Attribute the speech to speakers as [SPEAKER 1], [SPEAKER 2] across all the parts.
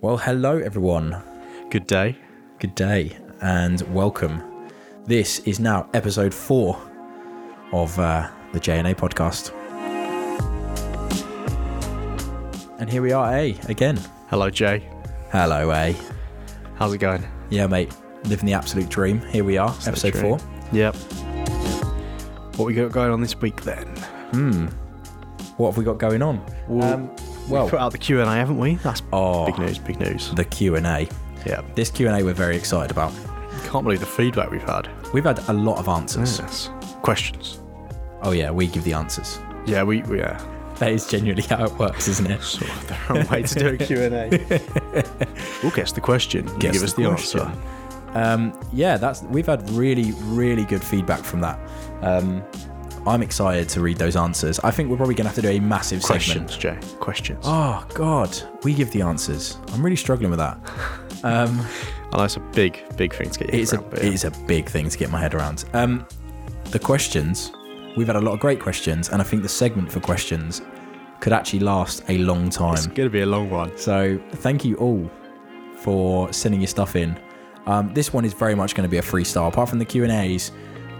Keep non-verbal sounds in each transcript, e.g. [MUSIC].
[SPEAKER 1] Well, hello everyone.
[SPEAKER 2] Good day.
[SPEAKER 1] Good day and welcome. This is now episode four of uh, the JNA podcast. And here we are, A, again.
[SPEAKER 2] Hello, Jay.
[SPEAKER 1] Hello, eh? A.
[SPEAKER 2] How's it going?
[SPEAKER 1] Yeah, mate, living the absolute dream. Here we are, episode
[SPEAKER 2] True.
[SPEAKER 1] four.
[SPEAKER 2] Yep. What we got going on this week then?
[SPEAKER 1] What have we got going on?
[SPEAKER 2] Well,
[SPEAKER 1] well-
[SPEAKER 2] we put out the Q and A, haven't we? That's
[SPEAKER 1] Um, Oh.
[SPEAKER 2] big news. Big news.
[SPEAKER 1] The Q&A.
[SPEAKER 2] Yeah.
[SPEAKER 1] This Q&A we're very excited about.
[SPEAKER 2] Can't believe the feedback we've had.
[SPEAKER 1] We've had a lot of answers.
[SPEAKER 2] Yes. Questions.
[SPEAKER 1] Oh yeah, we give the answers.
[SPEAKER 2] Yeah, we, we yeah.
[SPEAKER 1] That is genuinely how it works, isn't it?
[SPEAKER 2] Sort of the wrong way to do a Q and A.
[SPEAKER 1] [LAUGHS]
[SPEAKER 2] we'll guess the question. You
[SPEAKER 1] Guess
[SPEAKER 2] give us
[SPEAKER 1] the
[SPEAKER 2] the,
[SPEAKER 1] question.
[SPEAKER 2] answer.
[SPEAKER 1] um, yeah, that's we've had really, really good feedback from that. Um, I'm excited to read those answers. I think we're probably going to have to do a massive segment.
[SPEAKER 2] Questions, Jay. Questions.
[SPEAKER 1] Oh God, we give the answers. I'm really struggling with that. Um,
[SPEAKER 2] I know it's a big, big thing to get your
[SPEAKER 1] it's
[SPEAKER 2] head
[SPEAKER 1] a
[SPEAKER 2] around. but yeah.
[SPEAKER 1] it's a big thing to get my head around. Um, the questions we've had a lot of great questions, and I think the segment for questions could actually last a long time.
[SPEAKER 2] It's going to be a long one.
[SPEAKER 1] So thank you all for sending your stuff in. Um, this one is very much going to be a freestyle. Apart from the Q and A's,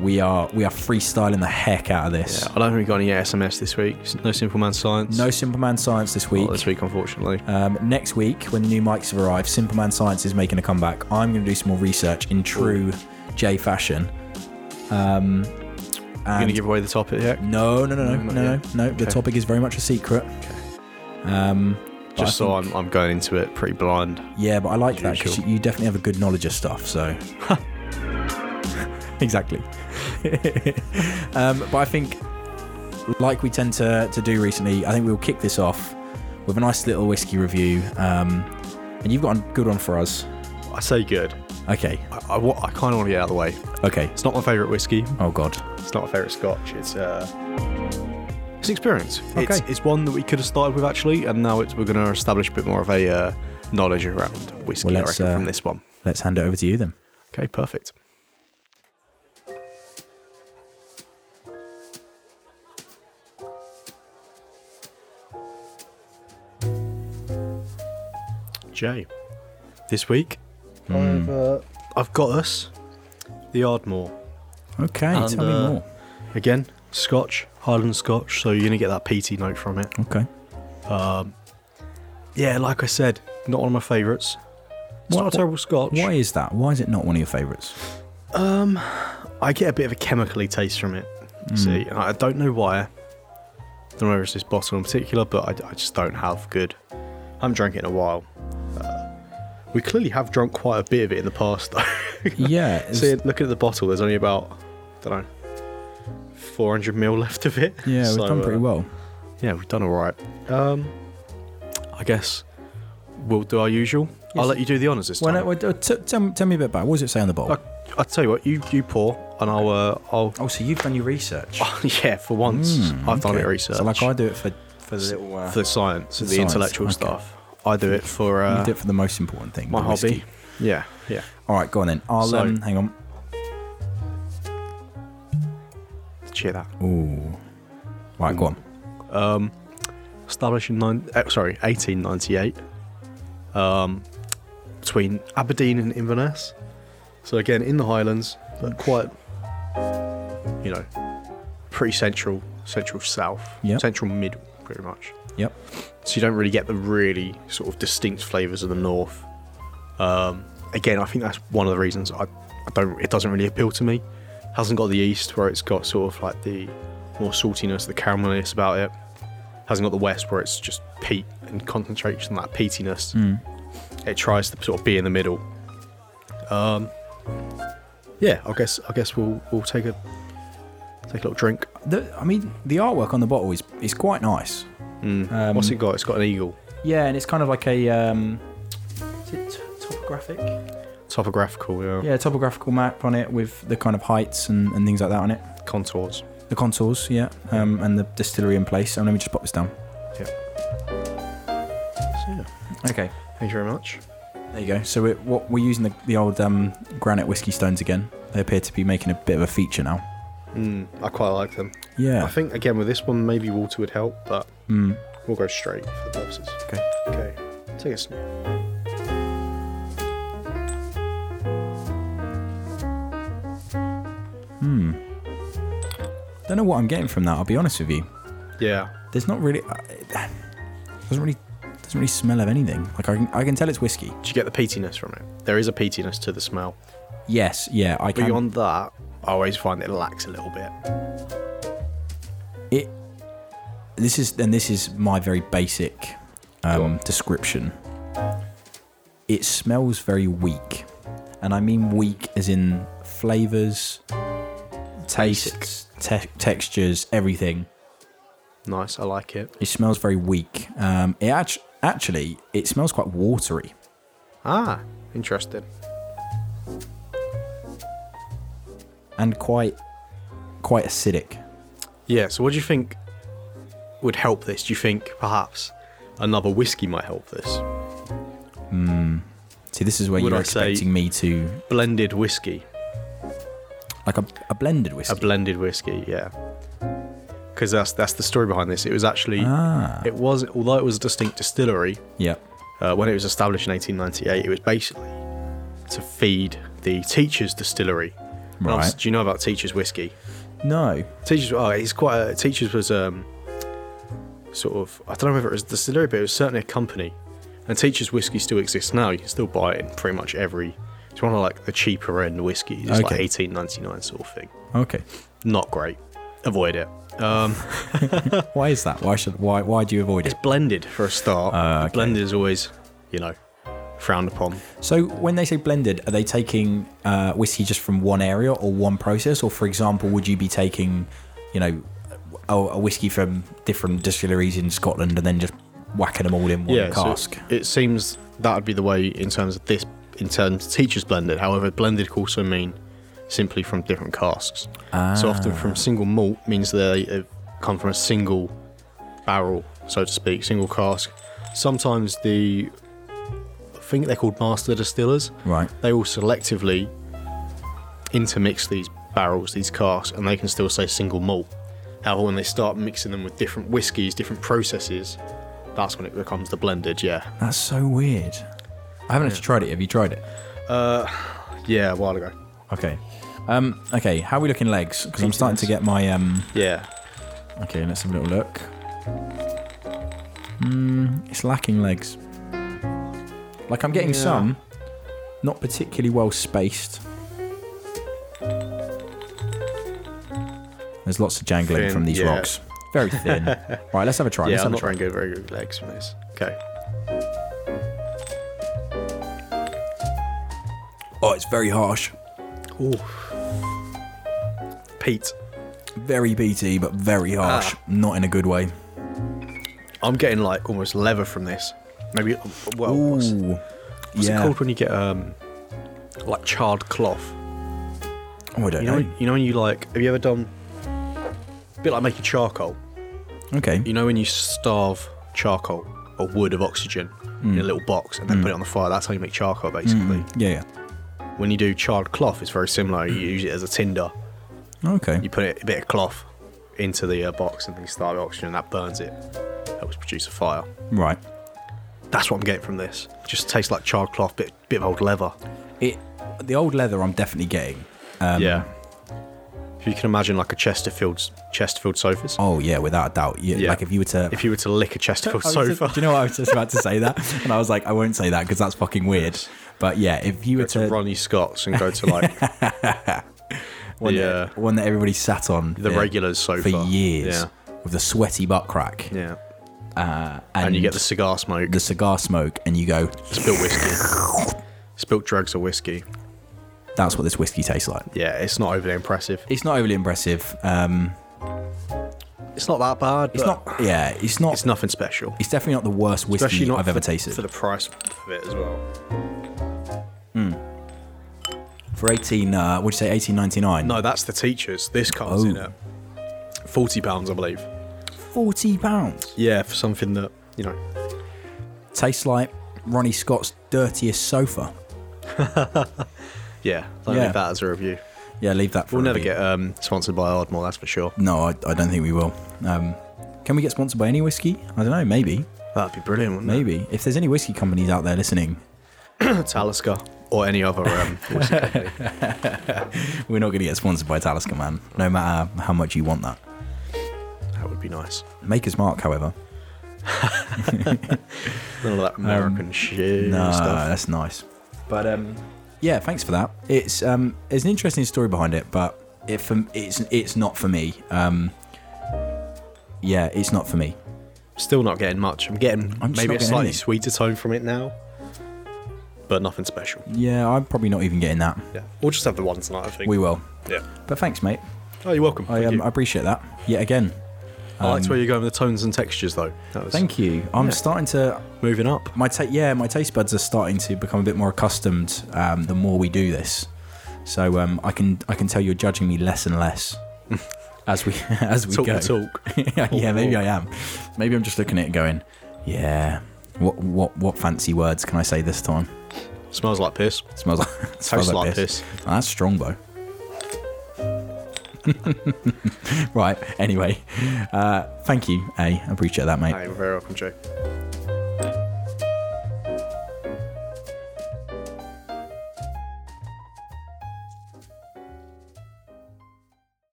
[SPEAKER 1] we are we are freestyling the heck out of this.
[SPEAKER 2] Yeah, I don't think we got any SMS this week. No Simple Man Science.
[SPEAKER 1] No Simple Man Science this
[SPEAKER 2] Not
[SPEAKER 1] week.
[SPEAKER 2] this week, unfortunately.
[SPEAKER 1] Um, next week, when the new mics have arrived, Simple Man Science is making a comeback. I'm going to do some more research in true J fashion. Um,
[SPEAKER 2] I'm going
[SPEAKER 1] and
[SPEAKER 2] to give away the topic here.
[SPEAKER 1] no, no, no, no, no,
[SPEAKER 2] No, not
[SPEAKER 1] no,
[SPEAKER 2] yet.
[SPEAKER 1] no. The
[SPEAKER 2] Mm, Okay.
[SPEAKER 1] topic is very much a secret. Um, but
[SPEAKER 2] Just
[SPEAKER 1] I
[SPEAKER 2] so I'm, I'm going into it pretty blind.
[SPEAKER 1] Yeah, but I like that because you,
[SPEAKER 2] Usual.
[SPEAKER 1] you definitely have a good knowledge of stuff. So, [LAUGHS] exactly. [LAUGHS] um, but I think, like we tend to, to do recently, I think we'll kick this off with a nice little whiskey review. Um, and you've got a good one for us.
[SPEAKER 2] I say good.
[SPEAKER 1] Okay.
[SPEAKER 2] I, I, wa- I kind of want to get out of the way.
[SPEAKER 1] Okay.
[SPEAKER 2] It's not my favourite whiskey.
[SPEAKER 1] Oh, God.
[SPEAKER 2] It's not my favourite scotch. It's uh, it's an experience. It's,
[SPEAKER 1] Okay.
[SPEAKER 2] it's one that we could have started with actually, and now it's, we're going to establish a bit more of a uh, knowledge around whiskey.
[SPEAKER 1] Well,
[SPEAKER 2] I
[SPEAKER 1] let's,
[SPEAKER 2] reckon
[SPEAKER 1] uh,
[SPEAKER 2] from this one.
[SPEAKER 1] Let's hand it over to you then.
[SPEAKER 2] Okay, perfect. Jay, this week I've, uh, I've got us the Ardmore
[SPEAKER 1] Okay.
[SPEAKER 2] And,
[SPEAKER 1] tell me
[SPEAKER 2] uh,
[SPEAKER 1] more.
[SPEAKER 2] again. Scotch, Highland Scotch, so you're gonna get that peaty note from it.
[SPEAKER 1] Okay.
[SPEAKER 2] Yeah, like I said, not one of my favourites. It's
[SPEAKER 1] What-
[SPEAKER 2] not a terrible Scotch.
[SPEAKER 1] Why is that? Why is it not one of your [LAUGHS] favourites?
[SPEAKER 2] I get a bit of a chemically taste from it. See,
[SPEAKER 1] Mm.
[SPEAKER 2] and I don't know why. Don't know if it's this bottle in particular, but I, I just don't have good. I haven't drank it in a while. Uh, we clearly have drunk quite a bit of it in the past, though. [LAUGHS]
[SPEAKER 1] Yeah. it's-
[SPEAKER 2] See, looking at the bottle, there's only about, don't know, 400 ml left of it.
[SPEAKER 1] yeah, we've
[SPEAKER 2] So,
[SPEAKER 1] done pretty
[SPEAKER 2] uh,
[SPEAKER 1] well.
[SPEAKER 2] Yeah, we've done all right. Um, I guess we'll do our usual. I'll let you do the honours this
[SPEAKER 1] Well,
[SPEAKER 2] time.
[SPEAKER 1] no, well, t- tell, tell me a bit about it. What does it say on the bottle?
[SPEAKER 2] I, I'll tell you what, you, you pour, and I'll, uh, I'll
[SPEAKER 1] Oh, so you've done your research.
[SPEAKER 2] [LAUGHS] yeah, for once, I've done
[SPEAKER 1] Hmm, Okay.
[SPEAKER 2] it research.
[SPEAKER 1] So, like, I do it for for the little. Uh,
[SPEAKER 2] for the science, the,
[SPEAKER 1] science,
[SPEAKER 2] intellectual
[SPEAKER 1] okay.
[SPEAKER 2] stuff. I do it for
[SPEAKER 1] you
[SPEAKER 2] uh,
[SPEAKER 1] do it for the most important thing.
[SPEAKER 2] my
[SPEAKER 1] the
[SPEAKER 2] hobby.
[SPEAKER 1] whiskey.
[SPEAKER 2] Yeah, yeah.
[SPEAKER 1] All right, go on then. I'll
[SPEAKER 2] So-
[SPEAKER 1] um, hang on.
[SPEAKER 2] Cheer that.
[SPEAKER 1] Ooh. Right, go on.
[SPEAKER 2] Established in nine, eh, sorry, 1898, um, between Aberdeen and Inverness. So again, in the Highlands, but quite, you know, pretty central, central south,
[SPEAKER 1] Yep.
[SPEAKER 2] central middle, pretty much.
[SPEAKER 1] Yep.
[SPEAKER 2] so you don't really get the really sort of distinct flavors of the north. Um, again, I think that's one of the reasons I, I don't. It doesn't really appeal to me. Hasn't got the east where it's got sort of like the more saltiness, the carameliness about it. Hasn't got the west where it's just peat and concentration, that peatiness.
[SPEAKER 1] Hmm.
[SPEAKER 2] It tries to sort of be in the middle. Um, yeah, I guess I guess we'll we'll take a take a little drink.
[SPEAKER 1] The, I mean, the artwork on the bottle is is quite nice.
[SPEAKER 2] What's it got? It's got an eagle.
[SPEAKER 1] Yeah, and it's kind of like a. Um, is it t- topographic?
[SPEAKER 2] Topographical, yeah.
[SPEAKER 1] Yeah, topographical map on it with the kind of heights and, and things like that on it.
[SPEAKER 2] Contours.
[SPEAKER 1] The contours, yeah, um, and the distillery in place. And let me just pop this down.
[SPEAKER 2] Yeah. So, yeah.
[SPEAKER 1] Okay.
[SPEAKER 2] Thank you very much.
[SPEAKER 1] There you go. So we're, what, we're using the, the old um, granite whiskey stones again. They appear to be making a bit of a feature now.
[SPEAKER 2] Mm, I quite like them.
[SPEAKER 1] Yeah.
[SPEAKER 2] I think again with this one, maybe water would help, but
[SPEAKER 1] Mm.
[SPEAKER 2] we'll go straight for the purposes.
[SPEAKER 1] Okay.
[SPEAKER 2] Okay, take a sniff.
[SPEAKER 1] Don't know what I'm getting from that. I'll be honest with you.
[SPEAKER 2] Yeah.
[SPEAKER 1] There's not really. I- It doesn't really doesn't really smell of anything. Like I can I can tell it's whiskey.
[SPEAKER 2] Do you get the peatiness from it? There is a peatiness to the smell.
[SPEAKER 1] Yes. Yeah. I can.
[SPEAKER 2] Beyond that, I always find it lacks a little bit.
[SPEAKER 1] it this is and this is my very basic um, description it smells very weak and i mean weak as in flavors tastes te- textures everything
[SPEAKER 2] Nice, I like it.
[SPEAKER 1] it smells very weak um, it act- actually it smells quite watery
[SPEAKER 2] Ah, interesting.
[SPEAKER 1] and quite quite acidic
[SPEAKER 2] Yeah, so what do you think would help this? Do you think perhaps another whiskey might help this?
[SPEAKER 1] see this is where
[SPEAKER 2] Would
[SPEAKER 1] you're
[SPEAKER 2] I say-
[SPEAKER 1] expecting me to
[SPEAKER 2] Blended whiskey.
[SPEAKER 1] like a, a blended whiskey
[SPEAKER 2] A blended whiskey, yeah. Because that's that's the story behind this. It was actually
[SPEAKER 1] Ah.
[SPEAKER 2] it was although it was a distinct distillery
[SPEAKER 1] yeah
[SPEAKER 2] uh, when it was established in 1898. It was basically to feed the teachers' distillery. And obviously-
[SPEAKER 1] Right.
[SPEAKER 2] Do you know about teachers' whiskey?
[SPEAKER 1] no
[SPEAKER 2] Teachers, oh, he's quite. A, teachers was um, sort of. I don't know whether it was a distillery, but it was certainly a company. And teachers' whiskey still exists now. You can still buy it in pretty much every. It's one of like the cheaper end whiskeys. It's like
[SPEAKER 1] Okay.
[SPEAKER 2] eighteen ninety nine sort of thing.
[SPEAKER 1] okay
[SPEAKER 2] Not great. Avoid it. Um,
[SPEAKER 1] Why is that? Why should why why do you avoid it?
[SPEAKER 2] it's blended for a start.
[SPEAKER 1] Ah, okay.
[SPEAKER 2] Blended is always, you know, frowned upon.
[SPEAKER 1] So when they say blended, are they taking uh, whiskey just from one area or one process? Or for example, would you be taking, you know, a, a whiskey from different distilleries in Scotland and then just whacking them all in one
[SPEAKER 2] so
[SPEAKER 1] cask?
[SPEAKER 2] it seems that would be the way in terms of this. In terms of teachers blended, however, blended could also mean simply from different casks. So often from single malt means they uh, come from a single barrel, so to speak, single cask. Sometimes the I think they're called master distillers.
[SPEAKER 1] Right.
[SPEAKER 2] They will selectively intermix these barrels, these casks, and they can still say single malt. However, when they start mixing them with different whiskies, different processes, that's when it becomes the blended. Yeah,
[SPEAKER 1] That's so weird. I haven't actually tried it. Have you tried it?
[SPEAKER 2] yeah, a while ago.
[SPEAKER 1] Okay. Um, okay. How are we looking legs? Because I'm starting to get my um.
[SPEAKER 2] Yeah,
[SPEAKER 1] Okay, let's have a little look. Mm, it's lacking legs. Like I'm getting
[SPEAKER 2] Yeah.
[SPEAKER 1] some, not particularly well spaced. There's lots of jangling
[SPEAKER 2] Thin,
[SPEAKER 1] from these
[SPEAKER 2] yeah.
[SPEAKER 1] rocks. Very
[SPEAKER 2] [LAUGHS]
[SPEAKER 1] thin. right, let's have a try.
[SPEAKER 2] yeah.
[SPEAKER 1] let's
[SPEAKER 2] I'm
[SPEAKER 1] have a
[SPEAKER 2] not
[SPEAKER 1] try.
[SPEAKER 2] trying to go very good legs from this. Okay.
[SPEAKER 1] Oh, it's very harsh,
[SPEAKER 2] Ooh. Pete,
[SPEAKER 1] very BT, but very
[SPEAKER 2] Ah.
[SPEAKER 1] harsh. Not in a good way.
[SPEAKER 2] I'm getting like almost leather from this. Maybe uh, well, what's, what's
[SPEAKER 1] Ooh,
[SPEAKER 2] it
[SPEAKER 1] yeah.
[SPEAKER 2] called when you get um like charred cloth?
[SPEAKER 1] Oh, I don't
[SPEAKER 2] You know,
[SPEAKER 1] know.
[SPEAKER 2] you know when you like. Have you ever done? A bit like making charcoal.
[SPEAKER 1] Okay.
[SPEAKER 2] You know when you starve charcoal or wood of oxygen in a
[SPEAKER 1] Mm.
[SPEAKER 2] little box and then put it on the fire. That's how you make charcoal, basically.
[SPEAKER 1] Mm-hmm. Yeah.
[SPEAKER 2] When you do charred cloth, it's very similar. You use it as a tinder.
[SPEAKER 1] yeah. Okay.
[SPEAKER 2] You put it, a bit of cloth into the uh, box and then you start the oxygen, and that burns it. Helps produce a fire.
[SPEAKER 1] Right.
[SPEAKER 2] That's what I'm getting from this. Just tastes like charred cloth, bit bit of old leather.
[SPEAKER 1] It. The old leather, I'm definitely getting. Um,
[SPEAKER 2] yeah. If you can imagine like a Chesterfield's Chesterfield sofas.
[SPEAKER 1] Oh yeah, without a doubt. Yeah,
[SPEAKER 2] Yeah.
[SPEAKER 1] Like if you were to, [LAUGHS]
[SPEAKER 2] If you were to lick a Chesterfield
[SPEAKER 1] I was just- [LAUGHS]
[SPEAKER 2] sofa,
[SPEAKER 1] do Oh, you know what I was just about to say that, and I was like, I won't say that because that's fucking weird. But yeah, if you were
[SPEAKER 2] go to
[SPEAKER 1] to,
[SPEAKER 2] Ronnie Scott's and go
[SPEAKER 1] [LAUGHS]
[SPEAKER 2] to like
[SPEAKER 1] one,
[SPEAKER 2] the, uh,
[SPEAKER 1] that, one that everybody sat on
[SPEAKER 2] the
[SPEAKER 1] yeah,
[SPEAKER 2] regulars sofa
[SPEAKER 1] for years
[SPEAKER 2] Yeah,
[SPEAKER 1] with the sweaty butt crack,
[SPEAKER 2] yeah.
[SPEAKER 1] uh,
[SPEAKER 2] And, you get the cigar smoke,
[SPEAKER 1] the cigar smoke, and you go,
[SPEAKER 2] spilt whiskey, spilt drugs or whiskey.
[SPEAKER 1] that's what this whiskey tastes like.
[SPEAKER 2] Yeah, it's not overly impressive.
[SPEAKER 1] It's not overly impressive. Um,
[SPEAKER 2] It's not that bad.
[SPEAKER 1] it's not. Yeah, it's not. It's,
[SPEAKER 2] It's nothing special.
[SPEAKER 1] definitely not the worst whiskey
[SPEAKER 2] Especially not
[SPEAKER 1] I've ever
[SPEAKER 2] for,
[SPEAKER 1] tasted.
[SPEAKER 2] for the price of it as well.
[SPEAKER 1] For eighteen, uh, would you say eighteen ninety nine?
[SPEAKER 2] No, that's the teachers. This comes in
[SPEAKER 1] Oh.
[SPEAKER 2] at forty pounds, I believe.
[SPEAKER 1] forty pounds.
[SPEAKER 2] Yeah, for something that you know.
[SPEAKER 1] Tastes like Ronnie Scott's dirtiest sofa.
[SPEAKER 2] Yeah, don't
[SPEAKER 1] Yeah.
[SPEAKER 2] leave that as a review.
[SPEAKER 1] Yeah, leave that. For a
[SPEAKER 2] We'll never
[SPEAKER 1] review.
[SPEAKER 2] get um, sponsored by Ardmore, that's for sure.
[SPEAKER 1] No, I, I don't think we will. Um, can we get sponsored by any whiskey? I don't know. Maybe,
[SPEAKER 2] That'd be brilliant, wouldn't
[SPEAKER 1] maybe. If there's any whiskey companies out there listening,
[SPEAKER 2] it? Talisker. or any other um,
[SPEAKER 1] [LAUGHS]
[SPEAKER 2] whiskey company.
[SPEAKER 1] [LAUGHS] We're not going to get sponsored by Talisker, man. No matter how much you want that.
[SPEAKER 2] That would be nice.
[SPEAKER 1] Maker's Mark, however.
[SPEAKER 2] None of that
[SPEAKER 1] Um,
[SPEAKER 2] American shit and
[SPEAKER 1] No,
[SPEAKER 2] stuff.
[SPEAKER 1] that's nice. But um, yeah, thanks for that. It's um, there's an interesting story behind it, but it for, it's it's not for me. Um, yeah, it's not for me.
[SPEAKER 2] Still not getting much. I'm getting
[SPEAKER 1] I'm just
[SPEAKER 2] maybe
[SPEAKER 1] not
[SPEAKER 2] a
[SPEAKER 1] getting
[SPEAKER 2] slightly
[SPEAKER 1] anything.
[SPEAKER 2] sweeter tone from it now, but nothing special.
[SPEAKER 1] Yeah, I'm probably not even getting that.
[SPEAKER 2] Yeah, we'll just have the one tonight. I think.
[SPEAKER 1] We will.
[SPEAKER 2] yeah.
[SPEAKER 1] But thanks, mate.
[SPEAKER 2] Oh, you're welcome.
[SPEAKER 1] I
[SPEAKER 2] Thank
[SPEAKER 1] um,
[SPEAKER 2] you.
[SPEAKER 1] I appreciate that. Yet again.
[SPEAKER 2] I liked where you're going with the tones and textures, though. That was
[SPEAKER 1] Thank you. I'm
[SPEAKER 2] Yeah.
[SPEAKER 1] starting to
[SPEAKER 2] moving up.
[SPEAKER 1] my ta- yeah my taste buds are starting to become a bit more accustomed um, the more we do this so um, I can I can tell you're judging me less and
[SPEAKER 2] [LAUGHS]
[SPEAKER 1] less as we [LAUGHS] as we
[SPEAKER 2] Talk
[SPEAKER 1] go
[SPEAKER 2] the talk.
[SPEAKER 1] [LAUGHS] yeah
[SPEAKER 2] the
[SPEAKER 1] maybe
[SPEAKER 2] walk.
[SPEAKER 1] I am maybe I'm just looking at it going yeah what what what fancy words can I say this time
[SPEAKER 2] Smells like piss.
[SPEAKER 1] smells like [LAUGHS] smells
[SPEAKER 2] Tastes like piss.
[SPEAKER 1] Oh, that's strong
[SPEAKER 2] [LAUGHS]
[SPEAKER 1] though [LAUGHS] right anyway uh, thank you A I appreciate that mate
[SPEAKER 2] I am very welcome, Joe.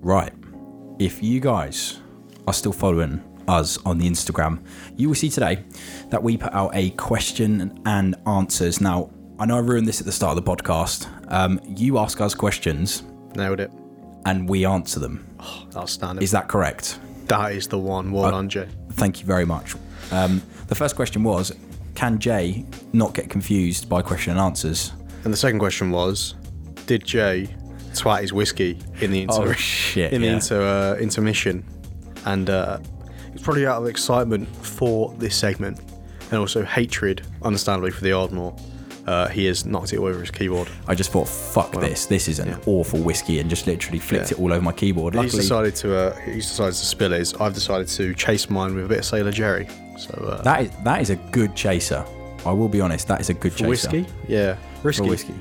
[SPEAKER 1] Right. If you guys are still following us on the Instagram, you will see today that we put out a question and answers. Now, I know I ruined this at the start of the podcast. Um, you ask us questions
[SPEAKER 2] Nailed it.
[SPEAKER 1] and we answer them.
[SPEAKER 2] Outstanding.
[SPEAKER 1] Is that correct?
[SPEAKER 2] that is the one. Well done, Joe.
[SPEAKER 1] Thank you very much. Um, the first question was Can Jay not get confused by question and answers?
[SPEAKER 2] And the second question was, did Jay twat his whiskey in the inter-
[SPEAKER 1] Oh, shit,
[SPEAKER 2] in
[SPEAKER 1] yeah.
[SPEAKER 2] the inter- uh, intermission? And uh, it's probably out of excitement for this segment, and also hatred, understandably, for the Ardmore. Uh, he has knocked it all over his keyboard.
[SPEAKER 1] I just thought, fuck this. This is an
[SPEAKER 2] yeah.
[SPEAKER 1] awful whiskey, and just literally flicked
[SPEAKER 2] Yeah.
[SPEAKER 1] it all over my keyboard.
[SPEAKER 2] He's
[SPEAKER 1] Luckily,
[SPEAKER 2] decided to uh, he's decided to spill his. I've decided to chase mine with a bit of Sailor Jerry. So uh,
[SPEAKER 1] that is, that is a good chaser. I will be honest, that is a good chaser.
[SPEAKER 2] whiskey, yeah, risky
[SPEAKER 1] For whiskey.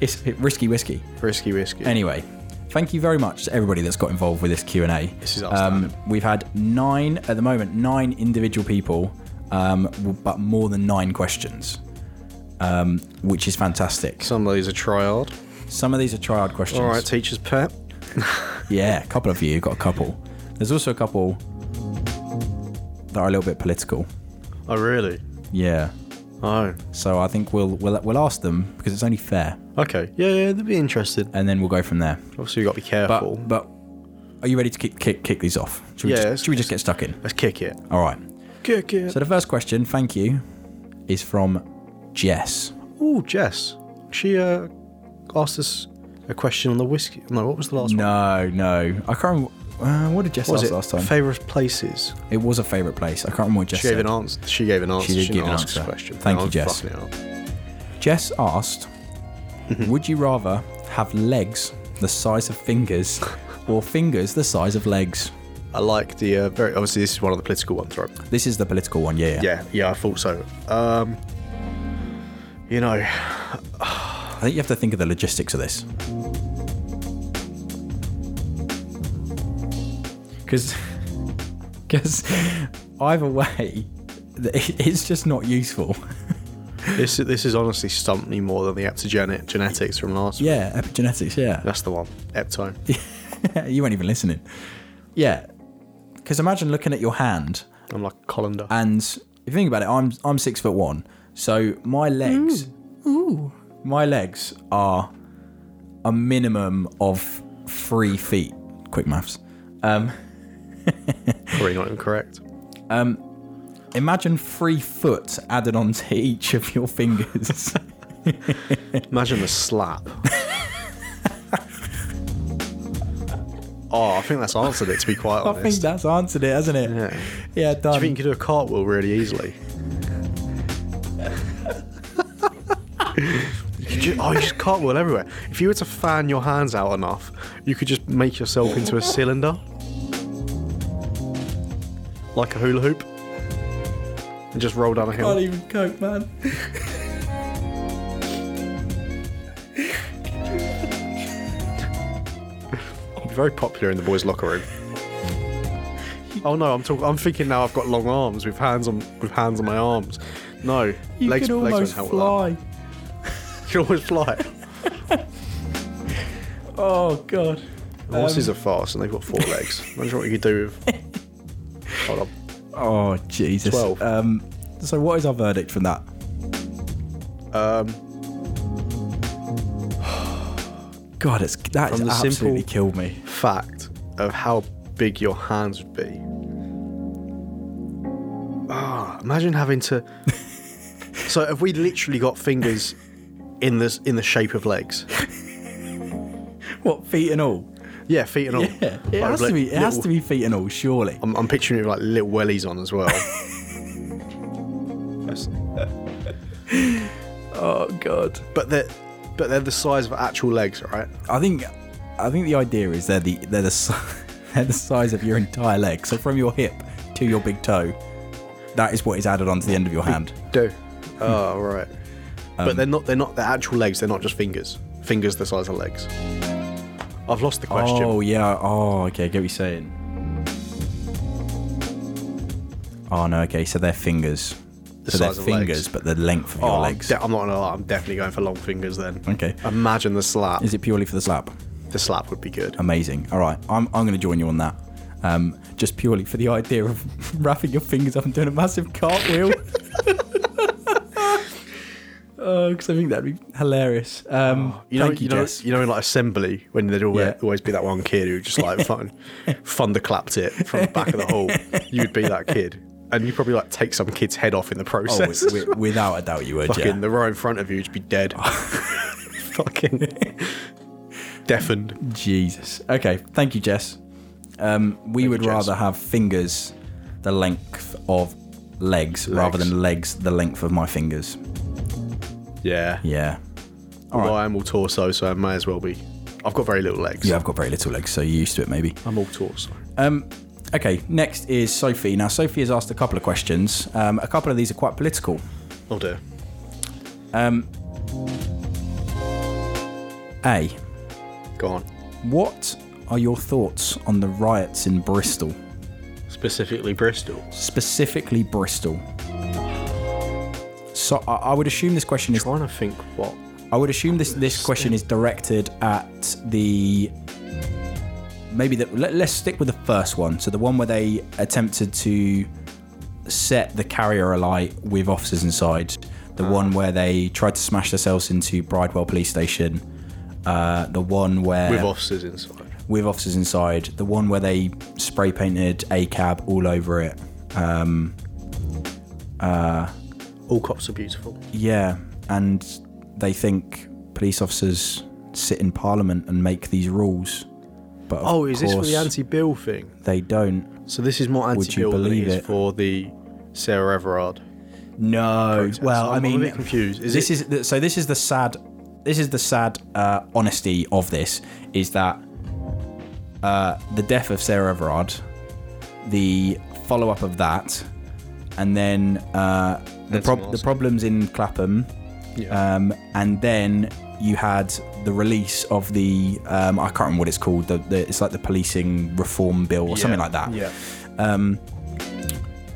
[SPEAKER 1] It's it- risky whiskey.
[SPEAKER 2] risky whiskey.
[SPEAKER 1] Anyway, thank you very much to everybody that's got involved with this Q and A. Um,
[SPEAKER 2] This is outstanding.
[SPEAKER 1] we've had nine at the moment, nine individual people, um, w- but more than nine questions, um, which is fantastic.
[SPEAKER 2] Some of these are triad.
[SPEAKER 1] Some of these are triad questions.
[SPEAKER 2] All right, teacher's pet.
[SPEAKER 1] [LAUGHS] Yeah, a couple of you got a couple. There's also a couple that are a little bit political.
[SPEAKER 2] Oh really?
[SPEAKER 1] Yeah.
[SPEAKER 2] Oh,
[SPEAKER 1] So I think we'll we'll we'll ask them because it's only fair,
[SPEAKER 2] okay. Yeah, yeah, they'd be interested.
[SPEAKER 1] and then we'll go from there.
[SPEAKER 2] Obviously, you got to be
[SPEAKER 1] But
[SPEAKER 2] careful.
[SPEAKER 1] but are you ready to kick kick, kick these off? Should we,
[SPEAKER 2] Yeah,
[SPEAKER 1] just,
[SPEAKER 2] let's-
[SPEAKER 1] should we just get stuck in?
[SPEAKER 2] Let's kick it.
[SPEAKER 1] All right.
[SPEAKER 2] Kick it.
[SPEAKER 1] So the first question, thank you, is from Jess.
[SPEAKER 2] oh, Jess. She uh, asked us a question on the whiskey. No, what was the last one?
[SPEAKER 1] No, no, I can't. Remember, uh, what did Jess
[SPEAKER 2] What
[SPEAKER 1] ask
[SPEAKER 2] was it?
[SPEAKER 1] last time?
[SPEAKER 2] Favorite places.
[SPEAKER 1] it was a favorite place. I can't remember what Jess
[SPEAKER 2] She gave
[SPEAKER 1] said.
[SPEAKER 2] an answer. She gave an answer.
[SPEAKER 1] did give
[SPEAKER 2] didn't
[SPEAKER 1] an
[SPEAKER 2] ask us a
[SPEAKER 1] answer.
[SPEAKER 2] Question.
[SPEAKER 1] Thank
[SPEAKER 2] No,
[SPEAKER 1] you,
[SPEAKER 2] I'm
[SPEAKER 1] Jess.
[SPEAKER 2] fucking up.
[SPEAKER 1] Jess
[SPEAKER 2] [LAUGHS]
[SPEAKER 1] asked, "Would you rather have legs the size of fingers, or fingers the size of legs?"
[SPEAKER 2] I like the uh, very. Obviously, this is one of the political ones, right?
[SPEAKER 1] This is the political one. Yeah, yeah.
[SPEAKER 2] Yeah, yeah, I thought so. Um, you know,
[SPEAKER 1] I think you have to think of the logistics of this. [LAUGHS] Because, either way, th- it's just not useful.
[SPEAKER 2] this this is honestly stumped me more than the epigenetic genetics from last.
[SPEAKER 1] Yeah, [LAUGHS] epigenetics. Yeah,
[SPEAKER 2] That's the one. Eptone.
[SPEAKER 1] [LAUGHS] you weren't even listening. Yeah, because imagine looking at your hand,
[SPEAKER 2] I'm like a colander.
[SPEAKER 1] and if you think about it, I'm I'm six foot one, so my legs, my legs are a minimum of three feet. Quick maths. Um,
[SPEAKER 2] Probably not even correct.
[SPEAKER 1] Imagine three foot added onto each of your fingers.
[SPEAKER 2] [LAUGHS] Imagine the slap. oh, I think that's answered it. To be quite
[SPEAKER 1] I
[SPEAKER 2] honest,
[SPEAKER 1] think that's answered it, hasn't it?
[SPEAKER 2] Yeah.
[SPEAKER 1] Yeah, done.
[SPEAKER 2] I think you could do a cartwheel really easily. you could ju- oh, you just cartwheel everywhere. If you were to fan your hands out enough, you could just make yourself into a cylinder, like a hula hoop, and just roll down a
[SPEAKER 1] can't
[SPEAKER 2] hill.
[SPEAKER 1] even cope, man.
[SPEAKER 2] Very popular in the boys' locker room.
[SPEAKER 1] You
[SPEAKER 2] Oh no, I'm talking. I'm thinking now. I've got long arms with hands on with hands on my arms. No,
[SPEAKER 1] You
[SPEAKER 2] legs.
[SPEAKER 1] can
[SPEAKER 2] legs won't
[SPEAKER 1] almost
[SPEAKER 2] help with that.
[SPEAKER 1] fly.
[SPEAKER 2] [LAUGHS] You can always fly.
[SPEAKER 1] [LAUGHS] Oh god.
[SPEAKER 2] Horses
[SPEAKER 1] Um,
[SPEAKER 2] are fast and they've got four
[SPEAKER 1] [LAUGHS]
[SPEAKER 2] legs. Imagine what you could do with. Hold on.
[SPEAKER 1] Oh Jesus.
[SPEAKER 2] Twelve.
[SPEAKER 1] Um, so what is our verdict from that?
[SPEAKER 2] Um,
[SPEAKER 1] [SIGHS] God, it's that has
[SPEAKER 2] From the
[SPEAKER 1] absolutely
[SPEAKER 2] simple-
[SPEAKER 1] killed
[SPEAKER 2] [LAUGHS]
[SPEAKER 1] me.
[SPEAKER 2] fact of how big your hands would be. Ah, imagine
[SPEAKER 1] [LAUGHS]
[SPEAKER 2] having to. so have we literally got fingers in this in the shape of legs?
[SPEAKER 1] What feet and all?
[SPEAKER 2] Yeah, feet and all.
[SPEAKER 1] Yeah, it
[SPEAKER 2] Like
[SPEAKER 1] has
[SPEAKER 2] li-
[SPEAKER 1] to be. It has
[SPEAKER 2] little- Um,
[SPEAKER 1] to be feet and all, surely.
[SPEAKER 2] I'm, I'm picturing it with like little wellies on
[SPEAKER 1] [LAUGHS]
[SPEAKER 2] as well. That's-
[SPEAKER 1] Oh god.
[SPEAKER 2] but they're but they're the size of actual legs, right?
[SPEAKER 1] I think, I think the idea is they're the they're the si- [LAUGHS] they're the size of your entire leg. So from your hip to your big toe, that is what is added onto the end of your hand.
[SPEAKER 2] Do. Oh right.
[SPEAKER 1] Um,
[SPEAKER 2] but they're not they're not they're actual legs. They're not just fingers. Fingers the size of legs. I've lost the question.
[SPEAKER 1] Oh yeah. Oh okay. I get what you're saying. Oh no. Okay. So they're fingers.
[SPEAKER 2] The
[SPEAKER 1] so they're
[SPEAKER 2] size of
[SPEAKER 1] fingers,
[SPEAKER 2] legs.
[SPEAKER 1] but the length of
[SPEAKER 2] Oh,
[SPEAKER 1] your
[SPEAKER 2] I'm
[SPEAKER 1] legs.
[SPEAKER 2] de- I'm not gonna lie. I'm definitely going for long fingers then.
[SPEAKER 1] Okay.
[SPEAKER 2] Imagine the slap.
[SPEAKER 1] Is it purely for the slap?
[SPEAKER 2] The slap would be good.
[SPEAKER 1] Amazing. All right. I'm I'm going to join you on that. Um, just purely for the idea of [LAUGHS] wrapping your fingers up and doing a massive cartwheel. [LAUGHS] Because Oh, I think that'd be hilarious. Um,
[SPEAKER 2] Oh, You know,
[SPEAKER 1] thank you,
[SPEAKER 2] know,
[SPEAKER 1] Jess.
[SPEAKER 2] you know, in like assembly when there'd always,
[SPEAKER 1] Yeah.
[SPEAKER 2] always be that one kid who just
[SPEAKER 1] [LAUGHS]
[SPEAKER 2] like fun, thunderclapped it from the back of the hall. You'd be that kid, and you probably like take some kid's head off in the
[SPEAKER 1] Oh,
[SPEAKER 2] process.
[SPEAKER 1] wi- wi- without a doubt, you would.
[SPEAKER 2] [LAUGHS] Fucking
[SPEAKER 1] Yeah.
[SPEAKER 2] the row in front of you would be dead.
[SPEAKER 1] [LAUGHS]
[SPEAKER 2] Fucking deafened.
[SPEAKER 1] Jesus. Okay. Thank you, Jess. Um, we would
[SPEAKER 2] you, Jess.
[SPEAKER 1] rather have fingers the length of legs, rather
[SPEAKER 2] Legs.
[SPEAKER 1] than legs the length of my fingers.
[SPEAKER 2] Yeah.
[SPEAKER 1] Yeah.
[SPEAKER 2] Although I am all torso, so I may as well be. I've got very little legs.
[SPEAKER 1] Yeah, I've got very little legs, so you're used to it maybe.
[SPEAKER 2] I'm all torso.
[SPEAKER 1] Um, okay, next is Sophie. Now, Sophie has asked a couple of questions. Um, a couple of these are quite political.
[SPEAKER 2] Oh dear.
[SPEAKER 1] A.
[SPEAKER 2] Go on.
[SPEAKER 1] What are your thoughts on the riots in Bristol?
[SPEAKER 2] Specifically Bristol.
[SPEAKER 1] Specifically, Bristol. So, I, I would assume this question is.
[SPEAKER 2] trying to think what.
[SPEAKER 1] I would assume this this question is directed at the. Maybe the, let, let's stick with the first one. So the one where they attempted to set the carrier alight with officers inside. The one where they tried to smash themselves into Bridewell Police Station. Uh, the one where
[SPEAKER 2] With officers inside.
[SPEAKER 1] with officers inside. The one where they spray painted a cab all over it.
[SPEAKER 2] All cops are beautiful.
[SPEAKER 1] Yeah, and they think police officers sit in parliament and make these rules. But of
[SPEAKER 2] Oh, is this for
[SPEAKER 1] course
[SPEAKER 2] the anti-bill thing?
[SPEAKER 1] They don't.
[SPEAKER 2] So this is more
[SPEAKER 1] Would you
[SPEAKER 2] anti-bill than it
[SPEAKER 1] believe
[SPEAKER 2] is
[SPEAKER 1] it?
[SPEAKER 2] for the Sarah Everard.
[SPEAKER 1] No. Well,
[SPEAKER 2] I'm
[SPEAKER 1] I
[SPEAKER 2] a
[SPEAKER 1] mean,
[SPEAKER 2] bit confused. Is
[SPEAKER 1] this
[SPEAKER 2] it-
[SPEAKER 1] is the, so. This is the sad. This is the sad uh, honesty of this is that uh, the death of Sarah Everard, the follow up of that, and then uh, the,
[SPEAKER 2] That's
[SPEAKER 1] prob- the
[SPEAKER 2] awesome.
[SPEAKER 1] problems in Clapham.
[SPEAKER 2] Yeah.
[SPEAKER 1] um, and then you had the release of the um, I can't remember what it's called. The, the, it's like the policing reform bill or something like that.
[SPEAKER 2] Yeah.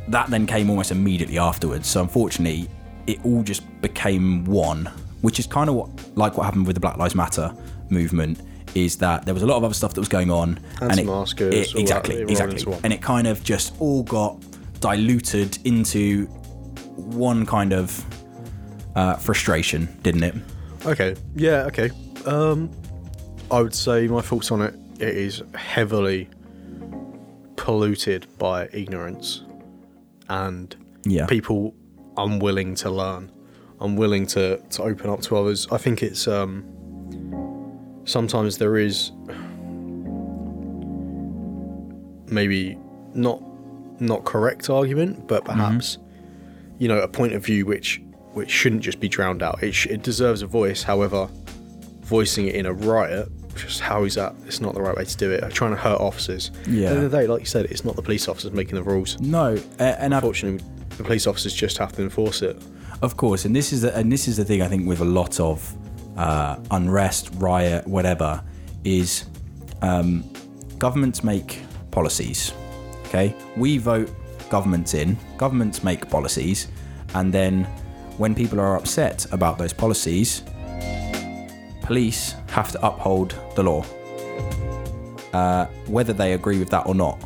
[SPEAKER 1] That then came almost immediately afterwards. So unfortunately, it all just became one, which is kind of what like what happened with the Black Lives Matter movement. Is that there was a lot of other stuff that was going on,
[SPEAKER 2] And some arse goes, all that,
[SPEAKER 1] exactly,
[SPEAKER 2] they roll into
[SPEAKER 1] exactly,
[SPEAKER 2] one.
[SPEAKER 1] and it kind of just all got diluted into one kind of uh, frustration, didn't it?
[SPEAKER 2] Okay. Yeah. Okay. Um, I would say my thoughts on it. It is heavily polluted by ignorance and
[SPEAKER 1] Yeah.
[SPEAKER 2] people unwilling to learn, unwilling to to open up to others. I think it's um, sometimes there is maybe not not correct argument, but
[SPEAKER 1] Mm-hmm.
[SPEAKER 2] perhaps you know a point of view which which shouldn't just be drowned out. It, sh- it deserves a voice. However, voicing it in a riot, just how is that? It's not the right way to do it. Trying to hurt officers. At
[SPEAKER 1] Yeah.
[SPEAKER 2] the end of the day, like you said, it's not the police officers making the rules.
[SPEAKER 1] No, a- and I've
[SPEAKER 2] Unfortunately, the police officers just have to enforce it.
[SPEAKER 1] Of course, and this is the, and this is the thing I think with a lot of uh, unrest, riot, whatever, is um, governments make policies, Okay, we vote governments in. Governments make policies, and then when people are upset about those policies, police have to uphold the law, uh, whether they agree with that or not.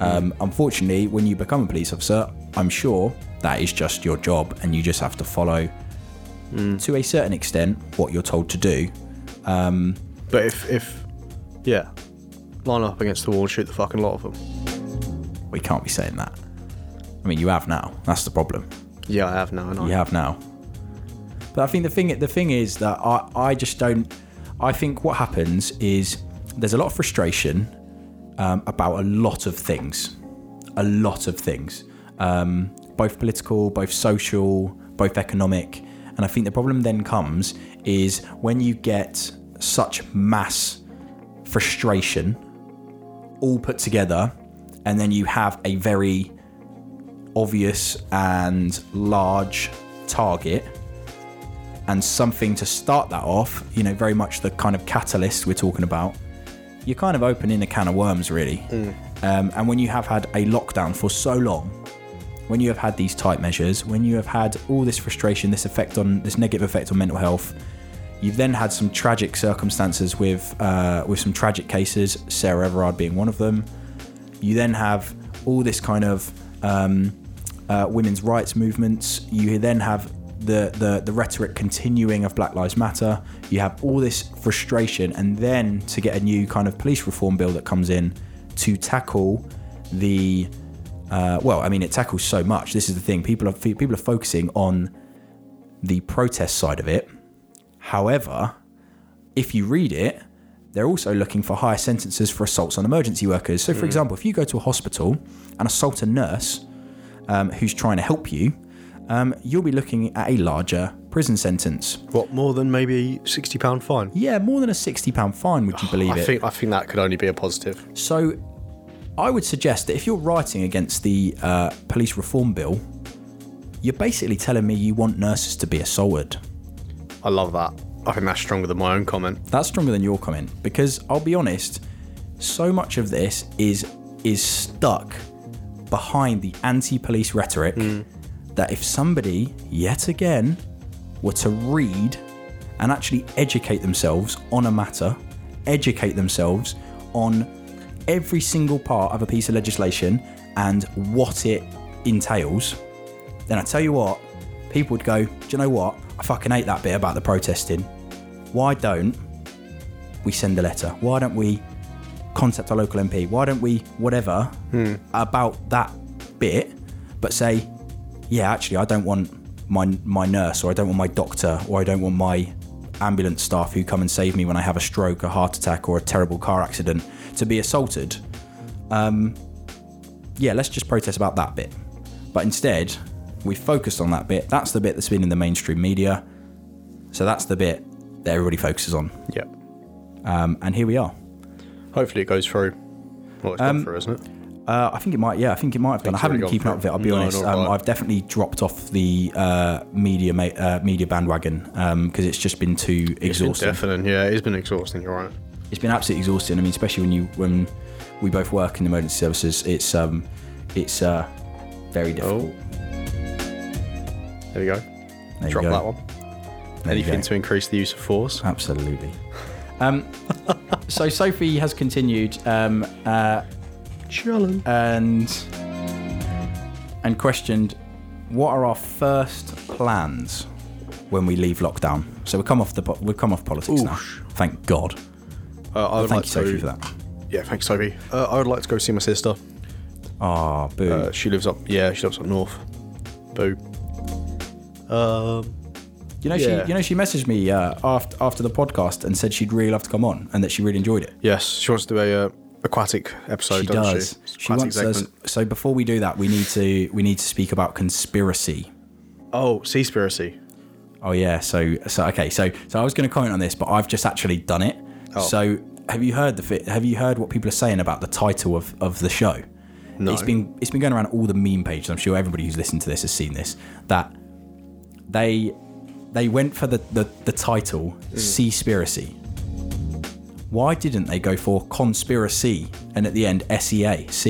[SPEAKER 1] Um, unfortunately, when you become a police officer, I'm sure that is just your job, and you just have to follow, to a certain extent, what you're told to do.
[SPEAKER 2] But if, if, yeah, line up against the wall and shoot the fucking lot of them.
[SPEAKER 1] We can't be saying that. I mean, you have now. That's the problem.
[SPEAKER 2] Yeah, I have now, and I.
[SPEAKER 1] you have now. But I think the thing the thing is that I, I just don't. I think what happens is there's a lot of frustration um, about a lot of things, a lot of things, um, both political, both social, both economic, and I think the problem then comes is when you get such mass frustration all put together, and then you have a very obvious and large target and something to start that off, you know, very much the kind of catalyst we're talking about, you're kind of opening a can of worms, really. Um, and when you have had a lockdown for so long, when you have had these tight measures, when you have had all this frustration, this effect on this negative effect on mental health, you've then had some tragic circumstances with uh, with some tragic cases, Sarah Everard being one of them you then have all this kind of um, uh, women's rights movements. You then have the, the the rhetoric continuing of Black Lives Matter. You have all this frustration, and then to get a new kind of police reform bill that comes in to tackle the uh, well, I mean, it tackles so much. This is the thing: people are people are focusing on the protest side of it. However, if you read it, they're also looking for higher sentences for assaults on emergency workers. So, for example, if you go to a hospital and assault a nurse um, who's trying to help you, um, you'll be looking at a larger prison sentence.
[SPEAKER 2] What more than maybe sixty pound fine?
[SPEAKER 1] Yeah, more than a £60 fine, would you believe
[SPEAKER 2] I
[SPEAKER 1] it?
[SPEAKER 2] think I think that could only be a positive.
[SPEAKER 1] So, I would suggest that if you're writing against the uh, police reform bill, you're basically telling me you want nurses to be assaulted.
[SPEAKER 2] I love that. I think that's stronger than my own comment.
[SPEAKER 1] that's stronger than your comment because I'll be honest, so much of this is is stuck behind the anti-police rhetoric that if somebody yet again were to read and actually educate themselves on a matter, educate themselves on every single part of a piece of legislation and what it entails, then I tell you what, people would go, Do you know what? I fucking hate that bit about the protesting. Why don't we send a letter? Why don't we contact our local MP? Why don't we whatever about that bit, but say, yeah, actually, I don't want my my nurse, or I don't want my doctor, or I don't want my ambulance staff who come and save me when I have a stroke, a heart attack, or a terrible car accident to be assaulted. Um, yeah, let's just protest about that bit. But instead, we focused on that bit. That's the bit that's been in the mainstream media. So that's the bit that everybody focuses on.
[SPEAKER 2] Yeah.
[SPEAKER 1] Um, and here we are.
[SPEAKER 2] Hopefully it goes through. Well, it's
[SPEAKER 1] Um,
[SPEAKER 2] gone through, isn't it?
[SPEAKER 1] Uh, I think it might. Yeah, I think it might have done. I
[SPEAKER 2] it's
[SPEAKER 1] haven't
[SPEAKER 2] already
[SPEAKER 1] been
[SPEAKER 2] gone
[SPEAKER 1] keeping up with it.
[SPEAKER 2] through.
[SPEAKER 1] I'll be
[SPEAKER 2] No,
[SPEAKER 1] honest.
[SPEAKER 2] not
[SPEAKER 1] Um,
[SPEAKER 2] right.
[SPEAKER 1] I've definitely dropped off the uh, media ma- uh, media bandwagon because it's just been too exhausting.
[SPEAKER 2] It's been deafening. Yeah, it's been exhausting. You're right.
[SPEAKER 1] it's been absolutely exhausting. I mean, especially when you when we both work in emergency services, it's um, it's uh, very difficult.
[SPEAKER 2] Oh. There we go.
[SPEAKER 1] There you
[SPEAKER 2] Oh, Drop
[SPEAKER 1] go.
[SPEAKER 2] that one.
[SPEAKER 1] There you
[SPEAKER 2] Anything
[SPEAKER 1] go. Ah.
[SPEAKER 2] to increase the use of force?
[SPEAKER 1] Absolutely. Um, [LAUGHS] so Sophie has continued um,
[SPEAKER 2] Challenge.
[SPEAKER 1] and and questioned what are our first plans when we leave lockdown. So we come off the po- we come off politics now. Thank God.
[SPEAKER 2] Uh, I would
[SPEAKER 1] Thank
[SPEAKER 2] like
[SPEAKER 1] you, Sophie,
[SPEAKER 2] to,
[SPEAKER 1] for that.
[SPEAKER 2] Yeah, thanks, Toby. Uh, I would like to go see my sister.
[SPEAKER 1] Ah, boo.
[SPEAKER 2] Uh, she lives up. Yeah, she lives up north. Boo. Um,
[SPEAKER 1] you know
[SPEAKER 2] yeah.
[SPEAKER 1] she you know she messaged me uh, after after the podcast and said she'd really love to come on and that she really enjoyed it.
[SPEAKER 2] yes, she wants to do a uh, aquatic episode.
[SPEAKER 1] She
[SPEAKER 2] doesn't
[SPEAKER 1] does.
[SPEAKER 2] Oh, She,
[SPEAKER 1] She,
[SPEAKER 2] Aquatic
[SPEAKER 1] wants us.
[SPEAKER 2] segment.
[SPEAKER 1] So before we do that, we need to we need to speak about conspiracy.
[SPEAKER 2] Oh, Seaspiracy.
[SPEAKER 1] Oh yeah. So so okay. So so I was going to comment on this, but I've just actually done it.
[SPEAKER 2] Oh.
[SPEAKER 1] So have you heard the fi- have you heard what people are saying about the title of of the show?
[SPEAKER 2] No.
[SPEAKER 1] It's been it's been going around all the meme pages. I'm sure everybody who's listened to this has seen this. That they they went for the the, the title
[SPEAKER 2] Mm.
[SPEAKER 1] Seaspiracy. Why didn't they go for conspiracy and at the end S E A C?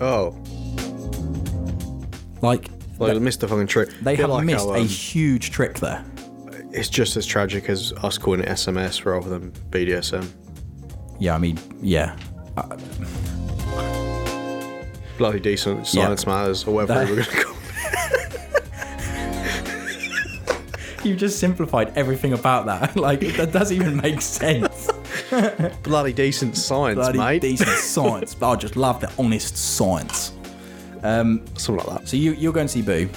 [SPEAKER 2] Oh,
[SPEAKER 1] Like
[SPEAKER 2] like they missed the fucking trick.
[SPEAKER 1] they
[SPEAKER 2] Bit
[SPEAKER 1] have
[SPEAKER 2] like
[SPEAKER 1] missed
[SPEAKER 2] how,
[SPEAKER 1] a
[SPEAKER 2] um,
[SPEAKER 1] huge trick there.
[SPEAKER 2] It's just as tragic as us calling it SMS rather than BDSM.
[SPEAKER 1] Yeah, I mean, yeah.
[SPEAKER 2] Bloody decent. Silence matters, or whatever
[SPEAKER 1] That-
[SPEAKER 2] we
[SPEAKER 1] [LAUGHS]
[SPEAKER 2] were going to call. it.
[SPEAKER 1] You just simplified everything about that. [LAUGHS] Like that doesn't even make sense.
[SPEAKER 2] Bloody decent science,
[SPEAKER 1] Bloody
[SPEAKER 2] mate.
[SPEAKER 1] decent science. I just love the honest science.
[SPEAKER 2] Something like that.
[SPEAKER 1] So you you're going to see Boo.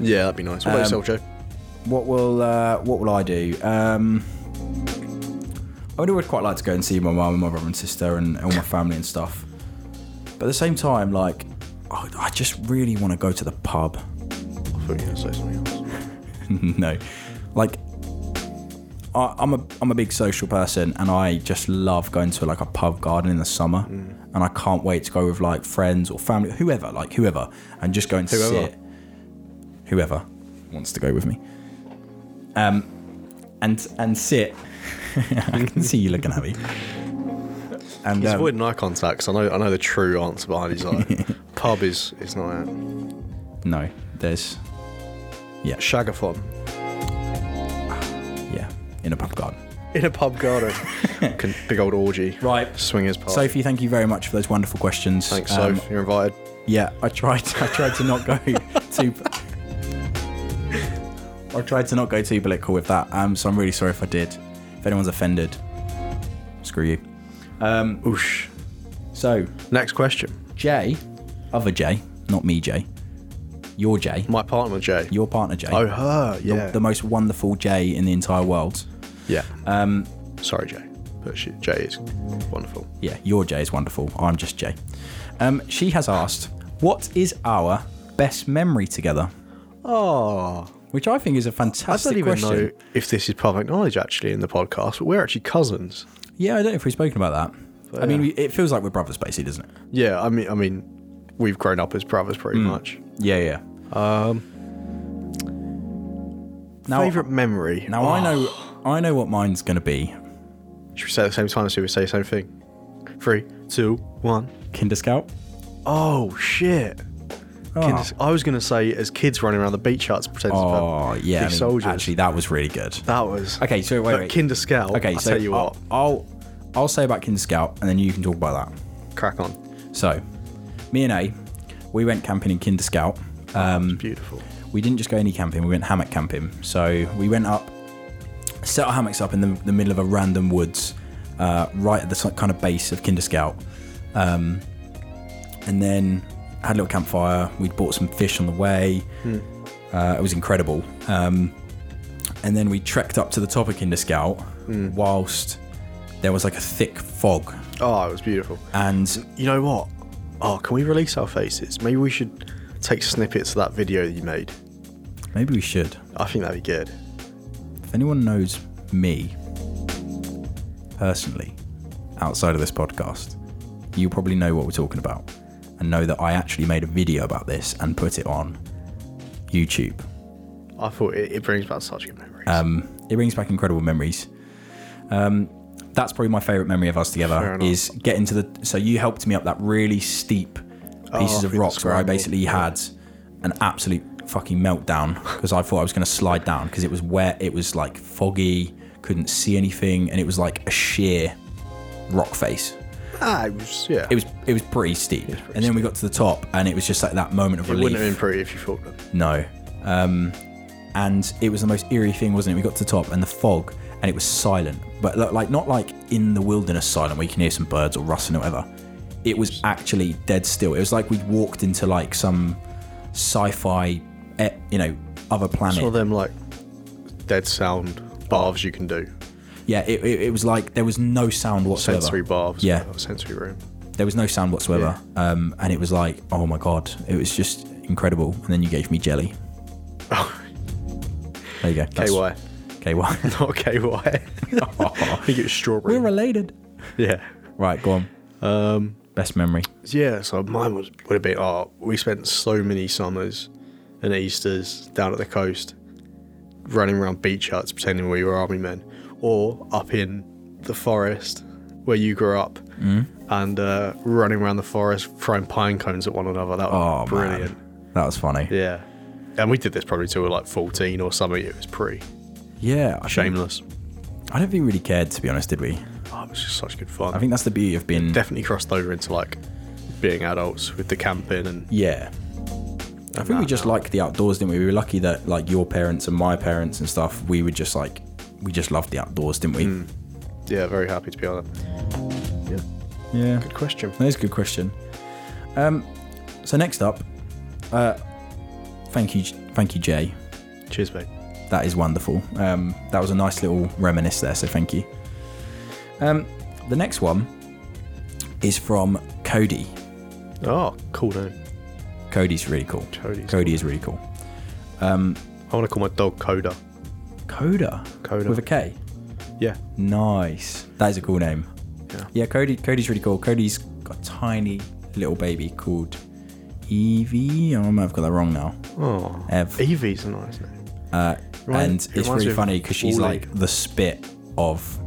[SPEAKER 2] Yeah, that'd be nice. What about
[SPEAKER 1] Um,
[SPEAKER 2] yourself, Joe?
[SPEAKER 1] What will uh, what will I do? Um, I would, I would quite like to go and see my mum and my brother and sister and, and all my family and stuff. But at the same time, like, I, I just really want to go to the pub.
[SPEAKER 2] I thought you were going to say something else.
[SPEAKER 1] no, like, I, I'm a I'm a big social person and I just love going to like a pub garden in the summer,
[SPEAKER 2] Mm.
[SPEAKER 1] and I can't wait to go with like friends or family, whoever, like whoever, and just go and
[SPEAKER 2] Whoever.
[SPEAKER 1] sit. Whoever wants to go with me. Um, and and sit. [LAUGHS] I can see you looking at me. And
[SPEAKER 2] He's
[SPEAKER 1] um,
[SPEAKER 2] avoiding eye contact. 'cause I know. I know the true answer behind his eye.
[SPEAKER 1] [LAUGHS]
[SPEAKER 2] Pub is it's not it.
[SPEAKER 1] no, there's
[SPEAKER 2] Shagathon
[SPEAKER 1] yeah, in a pub garden.
[SPEAKER 2] in a pub
[SPEAKER 1] [LAUGHS]
[SPEAKER 2] garden. Can- Big old orgy.
[SPEAKER 1] Right.
[SPEAKER 2] Swingers pub.
[SPEAKER 1] Sophie, thank you very much for those wonderful questions.
[SPEAKER 2] Thanks,
[SPEAKER 1] Um,
[SPEAKER 2] Soph. You're invited.
[SPEAKER 1] Yeah, I tried. I tried to
[SPEAKER 2] [LAUGHS]
[SPEAKER 1] not go too. I tried to not go too political with that. Um, so I'm really sorry if I did. If anyone's offended, screw you. Um,
[SPEAKER 2] Oosh.
[SPEAKER 1] so
[SPEAKER 2] Next question.
[SPEAKER 1] Jay, other Jay, not me, Jay. Your Jay,
[SPEAKER 2] My partner, Jay.
[SPEAKER 1] your partner Jay.
[SPEAKER 2] oh, her.
[SPEAKER 1] the,
[SPEAKER 2] Yeah.
[SPEAKER 1] the most wonderful Jay in the entire world.
[SPEAKER 2] yeah. Um. Sorry, Jay. But she, Jay is wonderful.
[SPEAKER 1] Yeah, your Jay is wonderful. I'm just Jay. Um, she has asked, "What is our best memory together?"
[SPEAKER 2] Oh.
[SPEAKER 1] Which I think is a
[SPEAKER 2] I don't
[SPEAKER 1] fantastic
[SPEAKER 2] even
[SPEAKER 1] Ah, question.
[SPEAKER 2] know if this is public knowledge actually in the podcast, but we're actually cousins.
[SPEAKER 1] Yeah, I don't know if we've spoken about that.
[SPEAKER 2] Oh,
[SPEAKER 1] I mean, we- it feels like we're brothers, basically, doesn't it?
[SPEAKER 2] Yeah. I mean, I mean, we've grown up as brothers pretty
[SPEAKER 1] Hmm.
[SPEAKER 2] much.
[SPEAKER 1] Yeah, yeah. Now,
[SPEAKER 2] Favorite memory. Oh,
[SPEAKER 1] now I know, I know what mine's gonna be.
[SPEAKER 2] Should we say it at the same time? Should we say the same thing? Three, two, one.
[SPEAKER 1] Kinder Scout.
[SPEAKER 2] Oh shit!
[SPEAKER 1] Oh,
[SPEAKER 2] Kids- I was gonna say as kids running around the beach huts pretending
[SPEAKER 1] Oh,
[SPEAKER 2] to be
[SPEAKER 1] yeah. I mean,
[SPEAKER 2] soldiers.
[SPEAKER 1] actually, that was really good.
[SPEAKER 2] that was
[SPEAKER 1] Okay, so wait,
[SPEAKER 2] But
[SPEAKER 1] wait.
[SPEAKER 2] Kinder Scout.
[SPEAKER 1] Okay,
[SPEAKER 2] I'll
[SPEAKER 1] so
[SPEAKER 2] tell you what,
[SPEAKER 1] I'll, I'll I'll say about Kinder Scout, and then you can talk about that.
[SPEAKER 2] crack on.
[SPEAKER 1] So, me and A, we went camping in Kinder Scout. Um,
[SPEAKER 2] Beautiful.
[SPEAKER 1] we didn't just go any camping, we went hammock camping. So we went up, set our hammocks up in the, the middle of a random woods, uh, right at the si- kind of base of Kinder Scout. Um, and then had a little campfire. We'd bought some fish on the way. Uh, it was incredible. Um, and then we trekked up to the top of Kinder Scout whilst there was like a thick fog.
[SPEAKER 2] Oh, it was beautiful.
[SPEAKER 1] And
[SPEAKER 2] You know what? Oh, can we release our faces? Maybe we should take snippets of that video that you made.
[SPEAKER 1] maybe we should.
[SPEAKER 2] I think that'd be good.
[SPEAKER 1] If anyone knows me personally, outside of this podcast, you probably know what we're talking about and know that I actually made a video about this and put it on YouTube.
[SPEAKER 2] I thought it, it brings back such good memories.
[SPEAKER 1] Um, it brings back incredible memories. Um, that's probably my favourite memory of us
[SPEAKER 2] Fair
[SPEAKER 1] together
[SPEAKER 2] enough.
[SPEAKER 1] is getting to the. So you helped me up that really steep pieces
[SPEAKER 2] Oh,
[SPEAKER 1] of
[SPEAKER 2] through the
[SPEAKER 1] rocks where I
[SPEAKER 2] scramble.
[SPEAKER 1] basically had an absolute fucking meltdown because I thought I was going to slide down because it was wet, it was like foggy, couldn't see anything, and it was like a sheer rock face.
[SPEAKER 2] ah, it was yeah.
[SPEAKER 1] It was it was pretty steep, and then we got to the top, and it was just like that moment of
[SPEAKER 2] It
[SPEAKER 1] relief.
[SPEAKER 2] wouldn't have been pretty if you thought that.
[SPEAKER 1] No. Um, and it was the most eerie thing, wasn't it? We got to the top and the fog, and it was silent, but li- like not like in the wilderness silent where you can hear some birds or rustling or whatever. It was actually dead still. It was like we'd walked into like some sci-fi, eh, you know, other planet.
[SPEAKER 2] It's one of them like dead sound baths you can do.
[SPEAKER 1] yeah, it, it, it was like there was no sound whatsoever.
[SPEAKER 2] Sensory baths.
[SPEAKER 1] Yeah.
[SPEAKER 2] or Sensory room.
[SPEAKER 1] There was no sound whatsoever, um, and it was like, oh my god, it was just incredible. And then you gave me jelly. There you go. That's-
[SPEAKER 2] KY.
[SPEAKER 1] KY.
[SPEAKER 2] [LAUGHS] Not
[SPEAKER 1] [LAUGHS]
[SPEAKER 2] KY. [LAUGHS] I think it was strawberry.
[SPEAKER 1] We're related.
[SPEAKER 2] yeah.
[SPEAKER 1] Right, go on.
[SPEAKER 2] Um,
[SPEAKER 1] Best memory.
[SPEAKER 2] yeah, so mine was, would have been, oh, we spent so many summers and Easters down at the coast running around beach huts pretending we were army men or up in the forest where you grew up
[SPEAKER 1] Mm.
[SPEAKER 2] and uh, running around the forest throwing pine cones at one another. That
[SPEAKER 1] Oh,
[SPEAKER 2] was brilliant.
[SPEAKER 1] man. That was funny. Yeah,
[SPEAKER 2] Yeah. And we did this probably till we were like 14 or something. It was pretty
[SPEAKER 1] I think-
[SPEAKER 2] shameless.
[SPEAKER 1] I don't think we really cared, to be honest, did we?
[SPEAKER 2] Oh, it was just such good fun.
[SPEAKER 1] I think that's the beauty of being.
[SPEAKER 2] definitely crossed over into like being adults with the camping and
[SPEAKER 1] yeah. I think we just liked the outdoors, didn't we? We were lucky that, like, your parents and my parents and stuff, we were just like, we just loved the outdoors, didn't we?
[SPEAKER 2] Hmm. yeah, very happy to be on it. Yeah.
[SPEAKER 1] Yeah.
[SPEAKER 2] Good question.
[SPEAKER 1] That is a good question. Um, so next up, uh, thank you, thank you, Jay.
[SPEAKER 2] Cheers, mate.
[SPEAKER 1] That is wonderful. Um, that was a nice little reminisce there. So thank you. Um, the next one is from Cody.
[SPEAKER 2] Oh, cool name.
[SPEAKER 1] Cody's really cool.
[SPEAKER 2] Cody's
[SPEAKER 1] Cody is really cool.
[SPEAKER 2] I want to call my dog Coda.
[SPEAKER 1] Coda.
[SPEAKER 2] Coda.
[SPEAKER 1] With a K.
[SPEAKER 2] Yeah.
[SPEAKER 1] Nice. That is a cool name.
[SPEAKER 2] Yeah.
[SPEAKER 1] Yeah, Cody. Cody's really cool. Cody's got a tiny little baby called Evie. Oh, I might have got that wrong now.
[SPEAKER 2] Oh.
[SPEAKER 1] Ev.
[SPEAKER 2] Evie's a nice name.
[SPEAKER 1] Uh,
[SPEAKER 2] Remind-
[SPEAKER 1] and
[SPEAKER 2] it
[SPEAKER 1] it's
[SPEAKER 2] reminds me
[SPEAKER 1] really
[SPEAKER 2] of
[SPEAKER 1] funny because she's
[SPEAKER 2] Wall-E.
[SPEAKER 1] like the spit of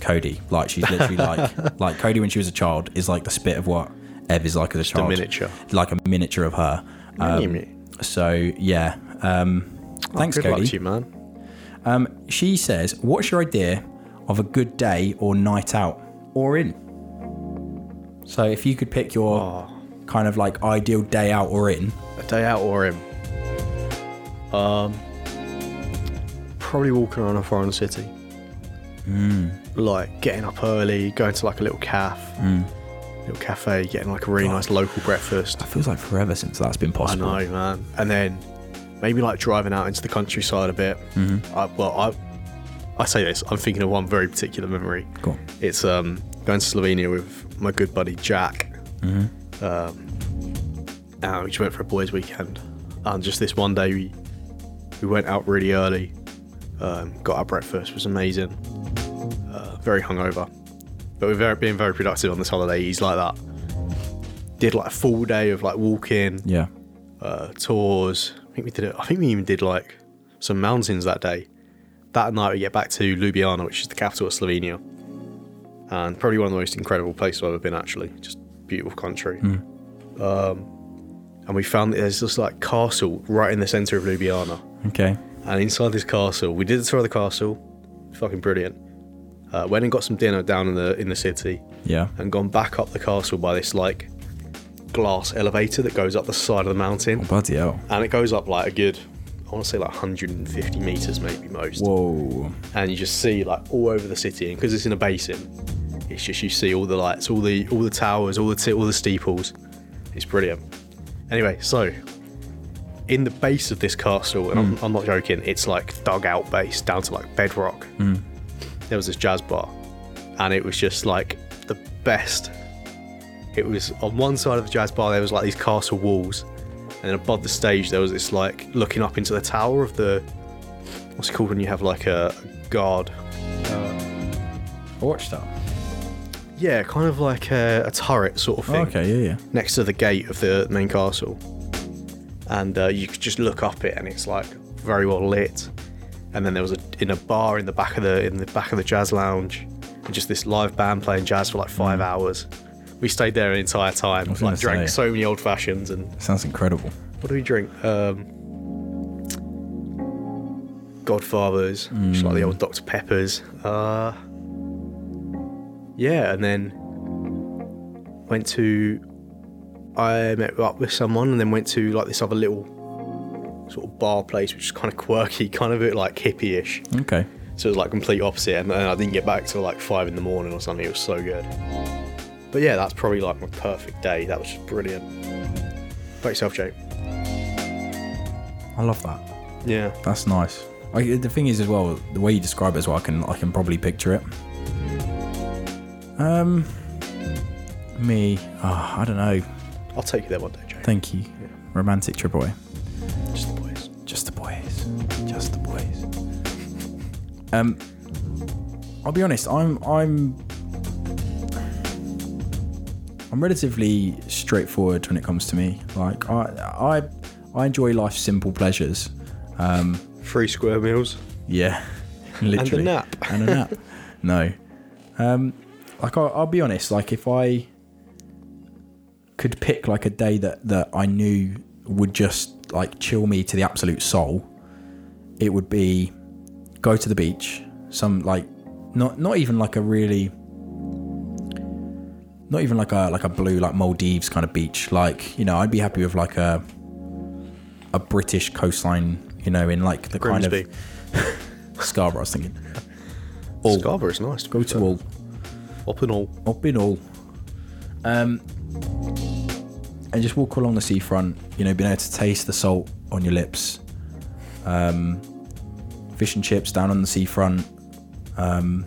[SPEAKER 1] Cody. Like she's
[SPEAKER 2] [LAUGHS]
[SPEAKER 1] literally like like Cody when she was a child is like the spit of what Ev is like as a
[SPEAKER 2] a
[SPEAKER 1] child.
[SPEAKER 2] miniature.
[SPEAKER 1] Like a miniature of her. Um, so yeah. Um, thanks,
[SPEAKER 2] Oh, Good luck to
[SPEAKER 1] Cody.
[SPEAKER 2] you, man.
[SPEAKER 1] Um, she says, "What's your idea of a good day or night out or in?" So if you could pick your kind of like ideal day out or in,
[SPEAKER 2] A day out or him? Um, probably walking around a foreign city.
[SPEAKER 1] Hmm.
[SPEAKER 2] Like getting up early, going to like a little caf,
[SPEAKER 1] Hmm.
[SPEAKER 2] little cafe, getting like a really nice local breakfast.
[SPEAKER 1] it feels like forever since that's been
[SPEAKER 2] I
[SPEAKER 1] possible.
[SPEAKER 2] know, man. And then maybe like driving out into the countryside a bit.
[SPEAKER 1] Mm-hmm.
[SPEAKER 2] I, well, I I say this. I'm thinking of one very particular memory.
[SPEAKER 1] Go on.
[SPEAKER 2] It's um going to Slovenia with my good buddy Jack.
[SPEAKER 1] Mm-hmm.
[SPEAKER 2] Um, uh, we just went for a boys' weekend, and just this one day we we went out really early. Um, got our breakfast was amazing. Uh, very hungover, but we're very, being very productive on this holiday. He's like that. Did like a full day of like walking,
[SPEAKER 1] Yeah.
[SPEAKER 2] uh, tours. I think we did it. I think we even did like some mountains that day. That night we get back to Ljubljana, which is the capital of Slovenia, and probably one of the most incredible places I've ever been. Actually, just beautiful country. Um, and we found that there's this like castle right in the centre of Ljubljana,
[SPEAKER 1] Okay.
[SPEAKER 2] and inside this castle, we did the tour of the castle. Fucking brilliant. Uh, went and got some dinner down in the in the city,
[SPEAKER 1] Yeah.
[SPEAKER 2] and gone back up the castle by this like glass elevator that goes up the side of the mountain
[SPEAKER 1] Bloody hell.
[SPEAKER 2] and it goes up like a good i want to say like 150 meters maybe most
[SPEAKER 1] Whoa.
[SPEAKER 2] and you just see like all over the city and because it's in a basin it's just you see all the lights all the all the towers all the t- all the steeples it's brilliant anyway so in the base of this castle and I'm, I'm not joking it's like dug out base down to like bedrock there was this jazz bar and it was just like the best it was on one side of the jazz bar there was like these castle walls and then above the stage there was this like looking up into the tower of the what's it called when you have like a a guard
[SPEAKER 1] I watched that.
[SPEAKER 2] Yeah, kind of like a, a turret sort of
[SPEAKER 1] Oh,
[SPEAKER 2] thing.
[SPEAKER 1] okay, yeah, yeah.
[SPEAKER 2] Next to the gate of the main castle, and uh, you could just look up it, and it's like very well lit. And then there was a in a bar in the back of the in the back of the jazz lounge, and just this live band playing jazz for like five hours. We stayed there an entire time,
[SPEAKER 1] Mm. was
[SPEAKER 2] like
[SPEAKER 1] gonna
[SPEAKER 2] drank
[SPEAKER 1] say.
[SPEAKER 2] so many old fashions, and
[SPEAKER 1] Sounds incredible.
[SPEAKER 2] what do we drink? Um, Godfathers, just like the old Dr. Peppers. Uh, yeah, and then went to. I met up with someone and then went to like this other little sort of bar place, which is kind of quirky, [LAUGHS] kind of a bit like hippie ish.
[SPEAKER 1] Okay.
[SPEAKER 2] So it was like complete opposite, and, and I didn't get back till like five in the morning or something. It was so good. But yeah, that's probably like my perfect day. That was just brilliant. About yourself, Jake.
[SPEAKER 1] I love that.
[SPEAKER 2] Yeah.
[SPEAKER 1] That's nice. I, the thing is, as well, the way you describe it as well, I can I can probably picture it. Um, me, ah, I don't know.
[SPEAKER 2] I'll take you there one day, Jay.
[SPEAKER 1] Thank you, romantic Treboy.
[SPEAKER 2] Just the boys.
[SPEAKER 1] Just the boys, just the boys. Um, I'll be honest. I'm I'm I'm relatively straightforward when it comes to me. Like I I I enjoy life's simple pleasures. Um.
[SPEAKER 2] Three square meals. [LAUGHS]
[SPEAKER 1] [LAUGHS] Yeah, literally.
[SPEAKER 2] nap.
[SPEAKER 1] And a nap. No, um, like I'll, I'll be honest like if i could pick like a day that that i knew would just like chill me to the absolute soul it would be go to the beach some like not not even like a really not even like a like a blue like maldives kind of beach like you know i'd be happy with like a a british coastline you know in like the
[SPEAKER 2] Grimsby.
[SPEAKER 1] kind of scarborough i was thinking all
[SPEAKER 2] Scarborough's nice.
[SPEAKER 1] go to all
[SPEAKER 2] Up and all.
[SPEAKER 1] up in all. Um, and just walk along the seafront, you know, being able to taste the salt on your lips. Um, fish and chips down on the seafront. Um,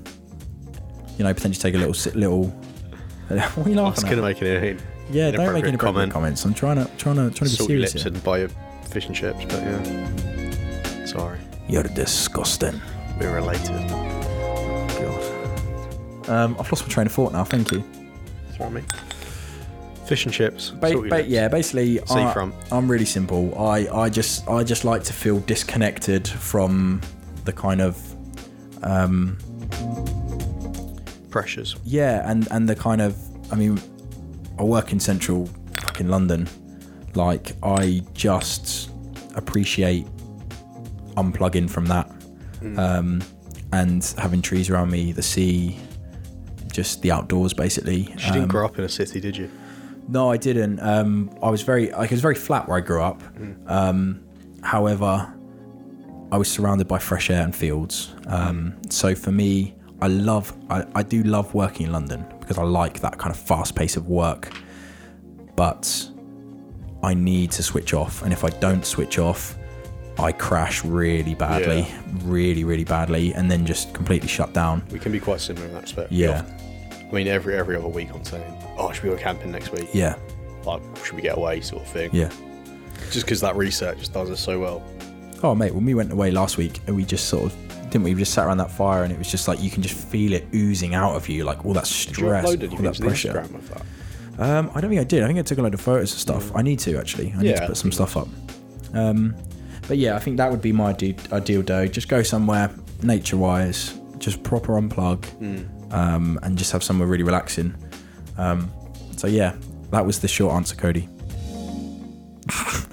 [SPEAKER 1] you know, potentially take a little si- little. [LAUGHS] what are you
[SPEAKER 2] I was
[SPEAKER 1] laughing at?
[SPEAKER 2] going to make an, an
[SPEAKER 1] yeah, don't make
[SPEAKER 2] inappropriate
[SPEAKER 1] any
[SPEAKER 2] comment.
[SPEAKER 1] comments. I'm trying to trying to trying to be
[SPEAKER 2] Salt your
[SPEAKER 1] serious.
[SPEAKER 2] lips
[SPEAKER 1] here.
[SPEAKER 2] and buy your fish and chips, but yeah. Sorry.
[SPEAKER 1] You're disgusting.
[SPEAKER 2] We're related.
[SPEAKER 1] God. Um, I've lost my train of thought now. Thank you.
[SPEAKER 2] Sorry, mate. Fish and chips. salt
[SPEAKER 1] ba-
[SPEAKER 2] your
[SPEAKER 1] ba-
[SPEAKER 2] lips.
[SPEAKER 1] yeah, basically, I,
[SPEAKER 2] Seafront.
[SPEAKER 1] I'm really simple. I, I just I just like to feel disconnected from the kind of
[SPEAKER 2] Pressures.
[SPEAKER 1] yeah, and and the kind of I mean, I work in central fucking London. Like I just appreciate unplugging from that, um, and having trees around me, the sea, just the outdoors, basically.
[SPEAKER 2] She didn't grow up in a city, did you?
[SPEAKER 1] No, I didn't. Um, I was very, like, I was very flat where I grew up. Um, however, I was surrounded by fresh air and fields. Um, so for me, I love, I, I do love working in London because I like that kind of fast pace of work. But I need to switch off, and if I don't switch off, I crash really badly,
[SPEAKER 2] Yeah.
[SPEAKER 1] really, really badly, and then just completely shut down.
[SPEAKER 2] We can be quite similar in that respect. We
[SPEAKER 1] Yeah,
[SPEAKER 2] often- I mean, every every other week I'm saying, oh, should we go camping next week?
[SPEAKER 1] yeah,
[SPEAKER 2] Like, should we get away, sort of thing.
[SPEAKER 1] yeah.
[SPEAKER 2] Just because that research just does it so well.
[SPEAKER 1] Oh mate, when we went away last week, and we just sort of didn't we? We just sat around that fire, and it was just like you can just feel it oozing out of you, like all that
[SPEAKER 2] Did you
[SPEAKER 1] stress,
[SPEAKER 2] upload anything
[SPEAKER 1] all that
[SPEAKER 2] to the
[SPEAKER 1] pressure.
[SPEAKER 2] Instagram of that?
[SPEAKER 1] Um, I don't think I did. I think I took a load of photos and stuff. I need to actually. I need
[SPEAKER 2] Yeah.
[SPEAKER 1] to put some stuff up. Um, but yeah, I think that would be my de- ideal day. Just go somewhere nature-wise, just proper unplug,
[SPEAKER 2] Hmm.
[SPEAKER 1] um, and just have somewhere really relaxing. Um, so yeah, that was the short answer, Cody. [LAUGHS]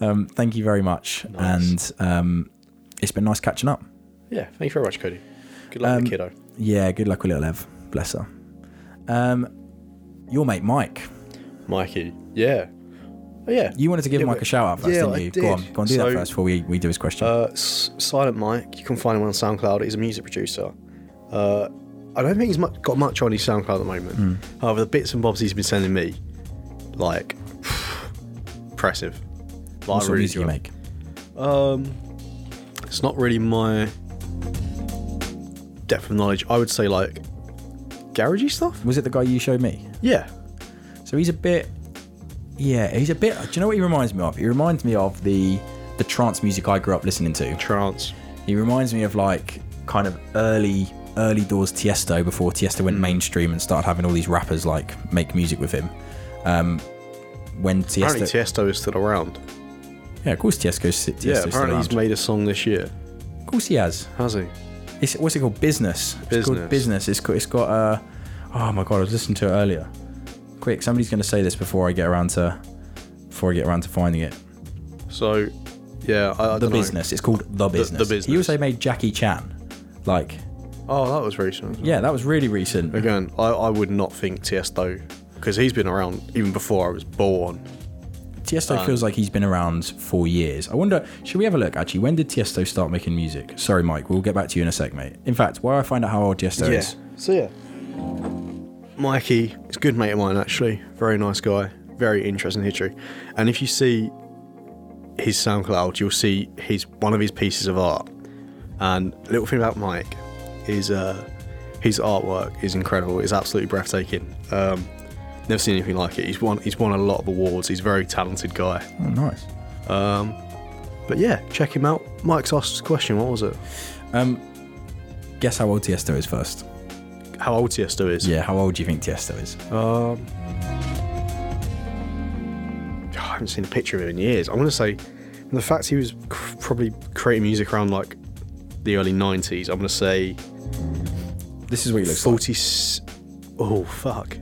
[SPEAKER 1] um, thank you very much,
[SPEAKER 2] Nice.
[SPEAKER 1] and um, it's been nice catching up.
[SPEAKER 2] Yeah, thank you very much, Cody. Good luck, with the kiddo.
[SPEAKER 1] Yeah, good luck with little Ev. Bless her. Um, your mate Mike,
[SPEAKER 2] Mikey, yeah. Oh, yeah.
[SPEAKER 1] you wanted to give
[SPEAKER 2] Yeah,
[SPEAKER 1] Mike
[SPEAKER 2] but-
[SPEAKER 1] a shout out first,
[SPEAKER 2] yeah,
[SPEAKER 1] didn't
[SPEAKER 2] I
[SPEAKER 1] you? Go on,
[SPEAKER 2] did.
[SPEAKER 1] go on, do
[SPEAKER 2] So-
[SPEAKER 1] that first before we, we do his question.
[SPEAKER 2] Uh, S- Silent Mike, you can find him on SoundCloud. He's a music producer. Uh, I don't think he's mu- got much on his SoundCloud at the moment.
[SPEAKER 1] Hmm.
[SPEAKER 2] However, the bits and bobs he's been sending me, like, impressive. Like, I
[SPEAKER 1] what sort of
[SPEAKER 2] really
[SPEAKER 1] music you
[SPEAKER 2] enjoy it.
[SPEAKER 1] make?
[SPEAKER 2] Um, it's not really my depth of knowledge. I would say like garagey stuff.
[SPEAKER 1] Was it the guy you showed me?
[SPEAKER 2] Yeah,
[SPEAKER 1] So he's a bit, yeah, he's a bit. Do you know what he reminds me of? He reminds me of the the trance music I grew up listening to.
[SPEAKER 2] trance.
[SPEAKER 1] He reminds me of like kind of early early doors Tiesto before Tiesto
[SPEAKER 2] Hmm.
[SPEAKER 1] went mainstream and started having all these rappers like make music with him. Um, when Tiesto,
[SPEAKER 2] Apparently Tiesto is still around.
[SPEAKER 1] yeah, of course Tiesto's, Tiesto's
[SPEAKER 2] yeah,
[SPEAKER 1] still
[SPEAKER 2] apparently he's
[SPEAKER 1] around.
[SPEAKER 2] made a song this year.
[SPEAKER 1] of course he has.
[SPEAKER 2] Has he?
[SPEAKER 1] It's what's it called? Business. It's
[SPEAKER 2] Business.
[SPEAKER 1] called business. It's got. It's got. Uh, oh my god! I was listening to it earlier. Quick, somebody's going to say this before I get around to before I get around to finding it.
[SPEAKER 2] So, yeah, I, I
[SPEAKER 1] The
[SPEAKER 2] dunno.
[SPEAKER 1] business. It's called the business.
[SPEAKER 2] Business.
[SPEAKER 1] He also made Jackie Chan. Like,
[SPEAKER 2] Oh, that was recent.
[SPEAKER 1] yeah, that was really recent.
[SPEAKER 2] Again, I, I would not think Tiesto because he's been around even before I was born.
[SPEAKER 1] Tiesto feels like he's been around for years. I wonder, should we have a look? Actually, when did Tiesto start making music? Sorry, Mike. We'll get back to you in a sec, mate. In fact, while I find out how old Tiesto is,
[SPEAKER 2] So yeah, Mikey is a good mate of mine actually. Very nice guy. Very interesting history. And if you see his SoundCloud, you'll see his one of his pieces of art. And a little thing about Mike is uh, his artwork is incredible. It's absolutely breathtaking. Um, never seen anything like it. He's won he's won a lot of awards. He's a very talented guy.
[SPEAKER 1] oh, nice.
[SPEAKER 2] But yeah, check him out. Mike's asked a question. What was it?
[SPEAKER 1] Um, guess how old Tiesto is first.
[SPEAKER 2] How old Tiesto is?
[SPEAKER 1] Yeah, how old do you think Tiesto is?
[SPEAKER 2] Um, I haven't seen a picture of him in years. I want to say, and the fact he was c- probably creating music around like the early '90s. I'm going to say
[SPEAKER 1] This is what it looks like.
[SPEAKER 2] 40. s- Oh, fuck.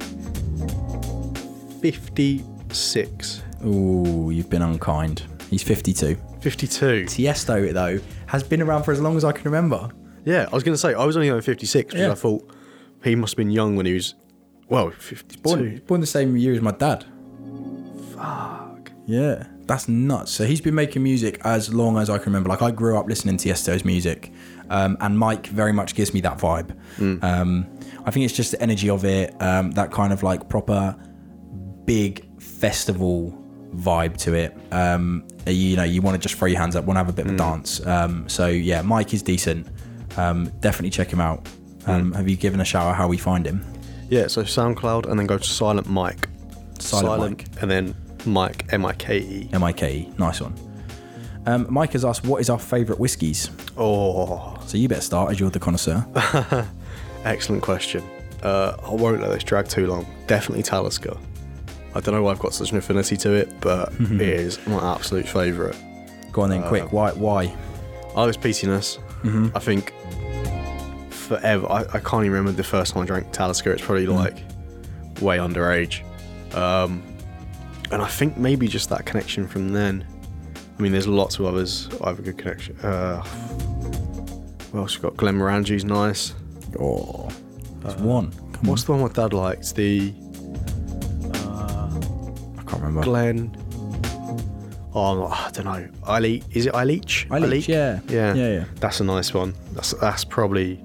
[SPEAKER 2] 56.
[SPEAKER 1] Ooh, you've been unkind. He's 52.
[SPEAKER 2] 52.
[SPEAKER 1] Tiesto, though, has been around for as long as I can remember.
[SPEAKER 2] Yeah, I was going to say, I was only on 56 because
[SPEAKER 1] Yeah.
[SPEAKER 2] I thought he must have been young when he was, well, 52.
[SPEAKER 1] Born, born the same year as my dad.
[SPEAKER 2] Fuck.
[SPEAKER 1] Yeah, that's nuts. So he's been making music as long as I can remember. Like I grew up listening to Tiesto's music, um, and Mike very much gives me that vibe. Um, I think it's just the energy of it, um, that kind of like proper big festival vibe to it. Um, you, know, you want to just throw your hands up, want to have a bit of a dance. Um, so yeah, Mike is decent. Um, definitely check him out. Um, Have you given a shower how we find him?
[SPEAKER 2] Yeah, so SoundCloud and then go to Silent Mike.
[SPEAKER 1] Silent Mike.
[SPEAKER 2] and then Mike, M I K E.
[SPEAKER 1] M I K E. Nice one. Um, Mike has asked, what is our favourite whiskies?
[SPEAKER 2] Oh,
[SPEAKER 1] So you better start as you're the connoisseur.
[SPEAKER 2] excellent question. Uh, I won't let this drag too long. Definitely Talisker. I don't know why I've got such an affinity to it, but it is my absolute favourite.
[SPEAKER 1] Go on then, quick. Why? Why?
[SPEAKER 2] I was peatiness. I think forever. I, I can't even remember the first time I drank Talisker. It's probably like way underage. Um, and I think maybe just that connection from then. I mean, there's lots of others. I have a good connection. Uh, what else we got? Glenmorangies, nice.
[SPEAKER 1] Oh, it's one. Come
[SPEAKER 2] What's the one my dad likes? The
[SPEAKER 1] on, I can't remember.
[SPEAKER 2] Glen. Oh, I'm not- I don't know. Eile- is it Eileach?
[SPEAKER 1] Eileach, yeah.
[SPEAKER 2] yeah.
[SPEAKER 1] Yeah, yeah.
[SPEAKER 2] That's a nice one. That's that's probably.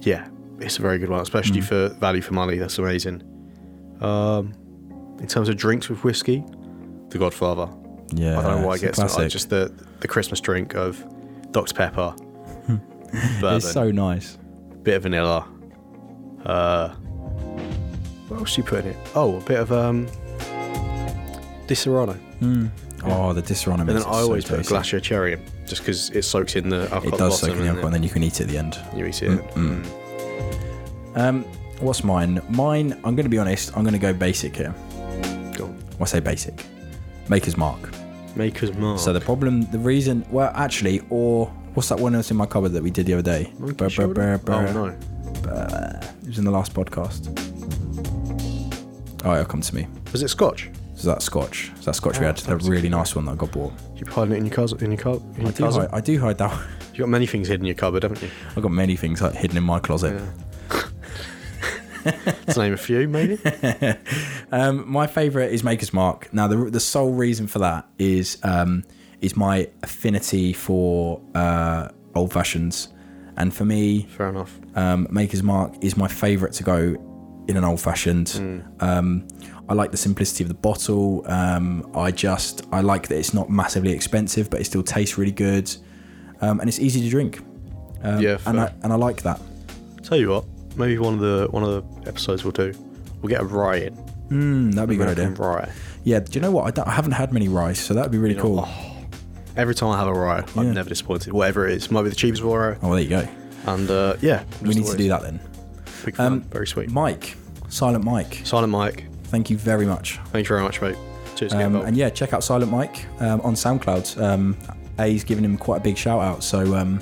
[SPEAKER 2] Yeah, it's a very good one, especially
[SPEAKER 1] Mm.
[SPEAKER 2] for value for money. That's amazing. Um, in terms of drinks with whiskey, The Godfather.
[SPEAKER 1] yeah,
[SPEAKER 2] I don't know why I
[SPEAKER 1] it's a
[SPEAKER 2] get so
[SPEAKER 1] classic.
[SPEAKER 2] like, just the the Christmas drink of Dr Pepper, bourbon,
[SPEAKER 1] [LAUGHS] It's so nice.
[SPEAKER 2] bit of vanilla. Uh, what else do you put in it? Oh, a bit of um, Di Serrano.
[SPEAKER 1] Oh, the Disaronno.
[SPEAKER 2] And then I always put a glacier cherry in, just because it soaks in the alcohol.
[SPEAKER 1] It does
[SPEAKER 2] blossom
[SPEAKER 1] soak in the
[SPEAKER 2] and
[SPEAKER 1] alcohol, and then you can eat it Mm, at the end.
[SPEAKER 2] then You eat it.
[SPEAKER 1] Um, what's mine? Mine. I'm going to be honest. I'm going to go basic here. mm.
[SPEAKER 2] Go.
[SPEAKER 1] When I say basic, Maker's Mark.
[SPEAKER 2] Oh. Maker's Mark.
[SPEAKER 1] So the problem, the reason, well, actually, or what's that one else in my cupboard that we did the other day? Brr, brr, brr, brr.
[SPEAKER 2] Oh no.
[SPEAKER 1] It was in the last podcast. Oh, it'll come to me.
[SPEAKER 2] Was it Scotch?
[SPEAKER 1] So that scotch. So that scotch we had. A
[SPEAKER 2] that's
[SPEAKER 1] really nice one that I got bought.
[SPEAKER 2] You hiding it in your closet? In your car? In your
[SPEAKER 1] I do, hide,
[SPEAKER 2] closet?
[SPEAKER 1] I do hide that. one. [LAUGHS]
[SPEAKER 2] You got many things hidden in your cupboard, haven't you?
[SPEAKER 1] I've got many things like hidden in my closet.
[SPEAKER 2] To name a few,
[SPEAKER 1] [LAUGHS]
[SPEAKER 2] maybe.
[SPEAKER 1] Um, my favourite is Maker's Mark. Now, the, the sole reason for that is um, is my affinity for uh, old fashions, and for me,
[SPEAKER 2] Fair enough.
[SPEAKER 1] um, Maker's Mark is my favourite to go in an old fashioned. Um, I like the simplicity of the bottle. Um, I just I like that it's not massively expensive, but it still tastes really good, um, and it's easy to drink. Um,
[SPEAKER 2] Yeah,
[SPEAKER 1] and I
[SPEAKER 2] fair.
[SPEAKER 1] and I like that.
[SPEAKER 2] Tell you what, maybe one of the one of the episodes we'll do, we'll get a rye in.
[SPEAKER 1] Mm, that'd be a good idea.
[SPEAKER 2] American Rye.
[SPEAKER 1] Yeah, do you know what? I, don't- I haven't had many rice, so that'd be really cool. Oh,
[SPEAKER 2] Every time I have a rye,
[SPEAKER 1] Yeah.
[SPEAKER 2] I'm never disappointed. Whatever it is, might be the cheapest rye.
[SPEAKER 1] well, Oh, there you go.
[SPEAKER 2] And uh, yeah,
[SPEAKER 1] We need to do that Um, then.
[SPEAKER 2] Big fan. very sweet.
[SPEAKER 1] Mike, Silent Mike,
[SPEAKER 2] Silent Mike,
[SPEAKER 1] thank you very much.
[SPEAKER 2] thank you very much, mate. Cheers. again,
[SPEAKER 1] Um,
[SPEAKER 2] Bob.
[SPEAKER 1] and yeah, check out Silent Mike um, on SoundCloud. Um, A's giving him quite a big shout out, so um,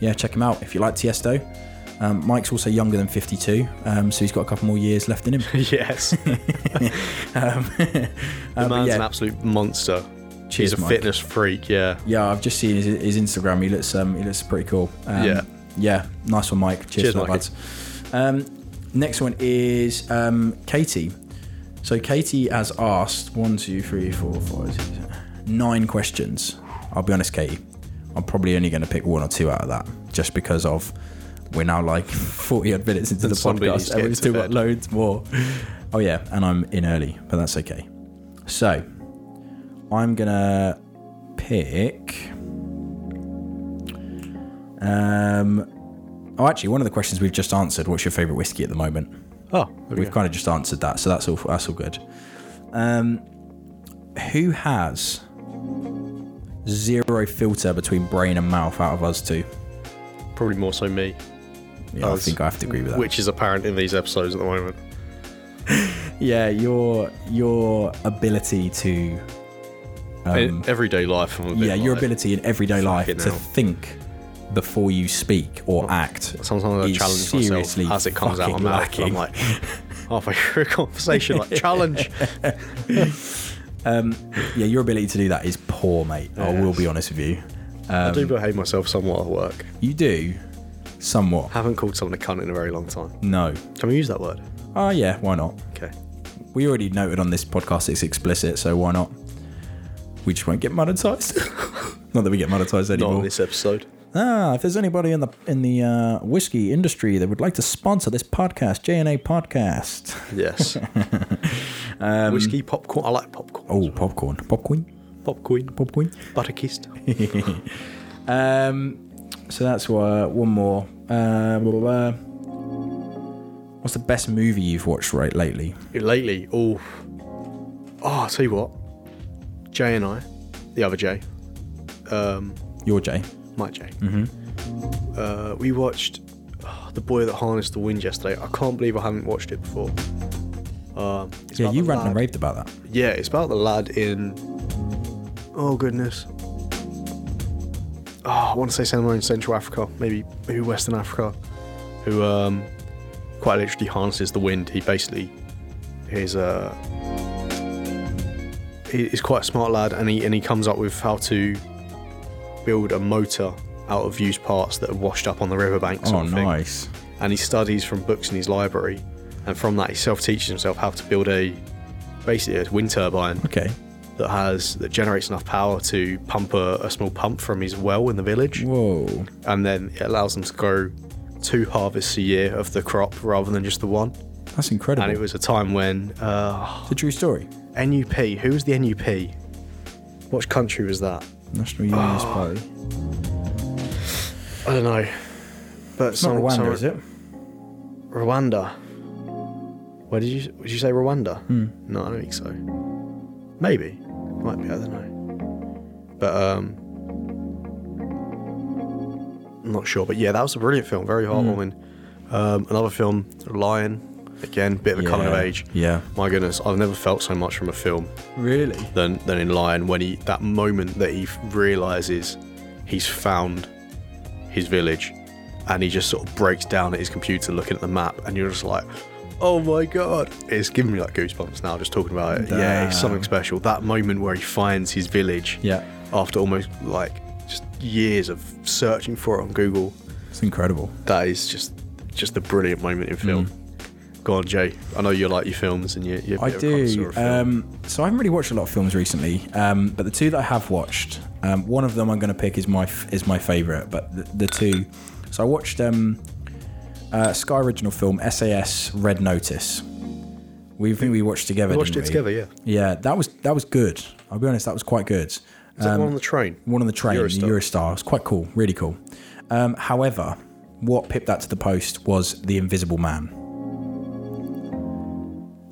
[SPEAKER 1] yeah, check him out if you like Tiesto. Um, Mike's also younger than 52, um, so he's got a couple more years left in him. [LAUGHS]
[SPEAKER 2] [LAUGHS]
[SPEAKER 1] Um, uh,
[SPEAKER 2] yes. the
[SPEAKER 1] but
[SPEAKER 2] man's
[SPEAKER 1] Um, yeah.
[SPEAKER 2] an absolute monster.
[SPEAKER 1] Cheers,
[SPEAKER 2] He's a
[SPEAKER 1] Mike.
[SPEAKER 2] fitness freak, yeah.
[SPEAKER 1] Yeah, I've just seen his, his Instagram. He looks um, he looks pretty cool. Um,
[SPEAKER 2] Yeah.
[SPEAKER 1] yeah, nice one, Mike. Cheers,
[SPEAKER 2] Cheers,
[SPEAKER 1] for that,
[SPEAKER 2] Mikey.
[SPEAKER 1] lads. Um, next one is um, Katie. So Katie has asked one, two, three, four, five, six, seven, nine questions. I'll be honest, Katie. I'm probably only going to pick one or two out of that, just because of we're now like [LAUGHS] 40 odd minutes into the
[SPEAKER 2] somebody
[SPEAKER 1] podcast
[SPEAKER 2] needs to
[SPEAKER 1] and
[SPEAKER 2] get
[SPEAKER 1] we've
[SPEAKER 2] to
[SPEAKER 1] still got
[SPEAKER 2] bed.
[SPEAKER 1] loads more. Oh yeah, and I'm in early, but that's okay. So I'm gonna pick. Um, oh, actually, one of the questions we've just answered. What's your favourite whiskey at the moment?
[SPEAKER 2] Oh, there we
[SPEAKER 1] We've
[SPEAKER 2] go.
[SPEAKER 1] kind of just answered that, so that's all. That's all good. Um, who has zero filter between brain and mouth out of us two?
[SPEAKER 2] probably more so me,
[SPEAKER 1] Yeah, I
[SPEAKER 2] Us.
[SPEAKER 1] think I have to agree with that.
[SPEAKER 2] which is apparent in these episodes at the moment.
[SPEAKER 1] yeah, your your ability to
[SPEAKER 2] in everyday life, I'm a bit
[SPEAKER 1] Um, yeah your
[SPEAKER 2] like,
[SPEAKER 1] ability in everyday life
[SPEAKER 2] Fucking
[SPEAKER 1] to
[SPEAKER 2] hell.
[SPEAKER 1] think before you speak or act.
[SPEAKER 2] Sometimes I
[SPEAKER 1] is
[SPEAKER 2] challenge
[SPEAKER 1] seriously
[SPEAKER 2] myself as it comes out of
[SPEAKER 1] fucking
[SPEAKER 2] my mouth. and
[SPEAKER 1] lacking.
[SPEAKER 2] I'm like halfway through a conversation,
[SPEAKER 1] [LAUGHS]
[SPEAKER 2] like challenge.
[SPEAKER 1] yeah, your ability to do that is poor, mate. I will
[SPEAKER 2] Yes.
[SPEAKER 1] be honest with you.
[SPEAKER 2] I
[SPEAKER 1] Um,
[SPEAKER 2] do behave myself somewhat at work.
[SPEAKER 1] You do somewhat.
[SPEAKER 2] Haven't called someone a cunt in a very long time.
[SPEAKER 1] No.
[SPEAKER 2] Can we use that word?
[SPEAKER 1] Oh yeah, why not?
[SPEAKER 2] Okay.
[SPEAKER 1] We already noted on this podcast it's explicit, so why not? We just won't get monetized. [LAUGHS] not that we get monetized
[SPEAKER 2] Not
[SPEAKER 1] anymore.
[SPEAKER 2] on this episode.
[SPEAKER 1] Ah, if there's anybody in the in the uh, whiskey industry that would like to sponsor this podcast, JNA Podcast. [LAUGHS]
[SPEAKER 2] Yes. Whiskey, popcorn. I like popcorn.
[SPEAKER 1] Um, Oh, popcorn, popcorn,
[SPEAKER 2] Popcorn.
[SPEAKER 1] popcorn.
[SPEAKER 2] Butterkissed.
[SPEAKER 1] Um, so that's why one more. Uh, blah, blah, blah. What's the best movie you've watched right lately?
[SPEAKER 2] Lately, oh, oh, I'll tell you what. Jay and I, the other Jay, um,
[SPEAKER 1] Your Jay.
[SPEAKER 2] my Jay,
[SPEAKER 1] Mm-hmm.
[SPEAKER 2] uh, we watched oh, The Boy That Harnessed the Wind yesterday. I can't believe I haven't watched it before. Um, it's
[SPEAKER 1] Yeah,
[SPEAKER 2] about
[SPEAKER 1] you
[SPEAKER 2] the
[SPEAKER 1] ranted and
[SPEAKER 2] lad-
[SPEAKER 1] raved about that.
[SPEAKER 2] Yeah, it's about the lad in. Oh goodness. Oh, I want to say somewhere in Central Africa, maybe maybe Western Africa, who um, quite literally harnesses the wind. He basically is uh, he- he's quite a smart lad, and he and he comes up with how to build a motor out of used parts that are washed up on the riverbank. Sort
[SPEAKER 1] oh,
[SPEAKER 2] of thing
[SPEAKER 1] nice.
[SPEAKER 2] and he studies from books in his library, and from that he self-teaches himself how to build a basically a wind turbine [LAUGHS]
[SPEAKER 1] Okay.
[SPEAKER 2] that has that generates enough power to pump a, a small pump from his well in the village,
[SPEAKER 1] Whoa.
[SPEAKER 2] and then it allows them to grow two harvests a year of the crop rather than just the one.
[SPEAKER 1] That's incredible.
[SPEAKER 2] And it was a time when uh,
[SPEAKER 1] it's a true story.
[SPEAKER 2] NUP, who was the NUP? What country was that?
[SPEAKER 1] National
[SPEAKER 2] Oh,
[SPEAKER 1] Unionist Party. It's
[SPEAKER 2] I don't know. But it's
[SPEAKER 1] not Rwanda, is it?
[SPEAKER 2] Rwanda. Where did you did you say Rwanda?
[SPEAKER 1] Hmm.
[SPEAKER 2] No, I don't think so. Maybe, might be. I don't know. But um, I'm not sure. But yeah, that was a brilliant film.
[SPEAKER 1] Hmm.
[SPEAKER 2] Very heartwarming. Um, another film, Lion. Again, bit of a coming of
[SPEAKER 1] Yeah,
[SPEAKER 2] age.
[SPEAKER 1] yeah.
[SPEAKER 2] My goodness, I've never felt so much from a film
[SPEAKER 1] Really?
[SPEAKER 2] than than in Lion when he that moment that he realizes he's found his village and he just sort of breaks down at his computer looking at the map and you're just like oh my god it's giving me like goosebumps now just talking about it yeah it's something
[SPEAKER 1] Damn.
[SPEAKER 2] special that moment where he finds his village
[SPEAKER 1] Yeah.
[SPEAKER 2] after almost like just years of searching for it on Google
[SPEAKER 1] It's incredible.
[SPEAKER 2] that is just just a brilliant moment in film go on Jay I know you like your films and you, you're a
[SPEAKER 1] Mm. I
[SPEAKER 2] bit of a connoisseur
[SPEAKER 1] do.
[SPEAKER 2] of film.
[SPEAKER 1] Um, so I haven't really watched a lot of films recently, um, but the two that I have watched, um, one of them I'm going to pick is my f- is my favourite. But the, the two, so I watched um, uh, Sky original film SAS Red Notice. We I think we watched together.
[SPEAKER 2] We watched
[SPEAKER 1] didn't
[SPEAKER 2] it
[SPEAKER 1] we?
[SPEAKER 2] together,
[SPEAKER 1] Yeah, that was that was good. I'll be honest, that was quite good.
[SPEAKER 2] is that
[SPEAKER 1] Um,
[SPEAKER 2] the one on the train
[SPEAKER 1] One on the train, the
[SPEAKER 2] Eurostar.
[SPEAKER 1] Eurostar. It's quite cool, really cool. Um, however, what pipped that to the post was The Invisible Man.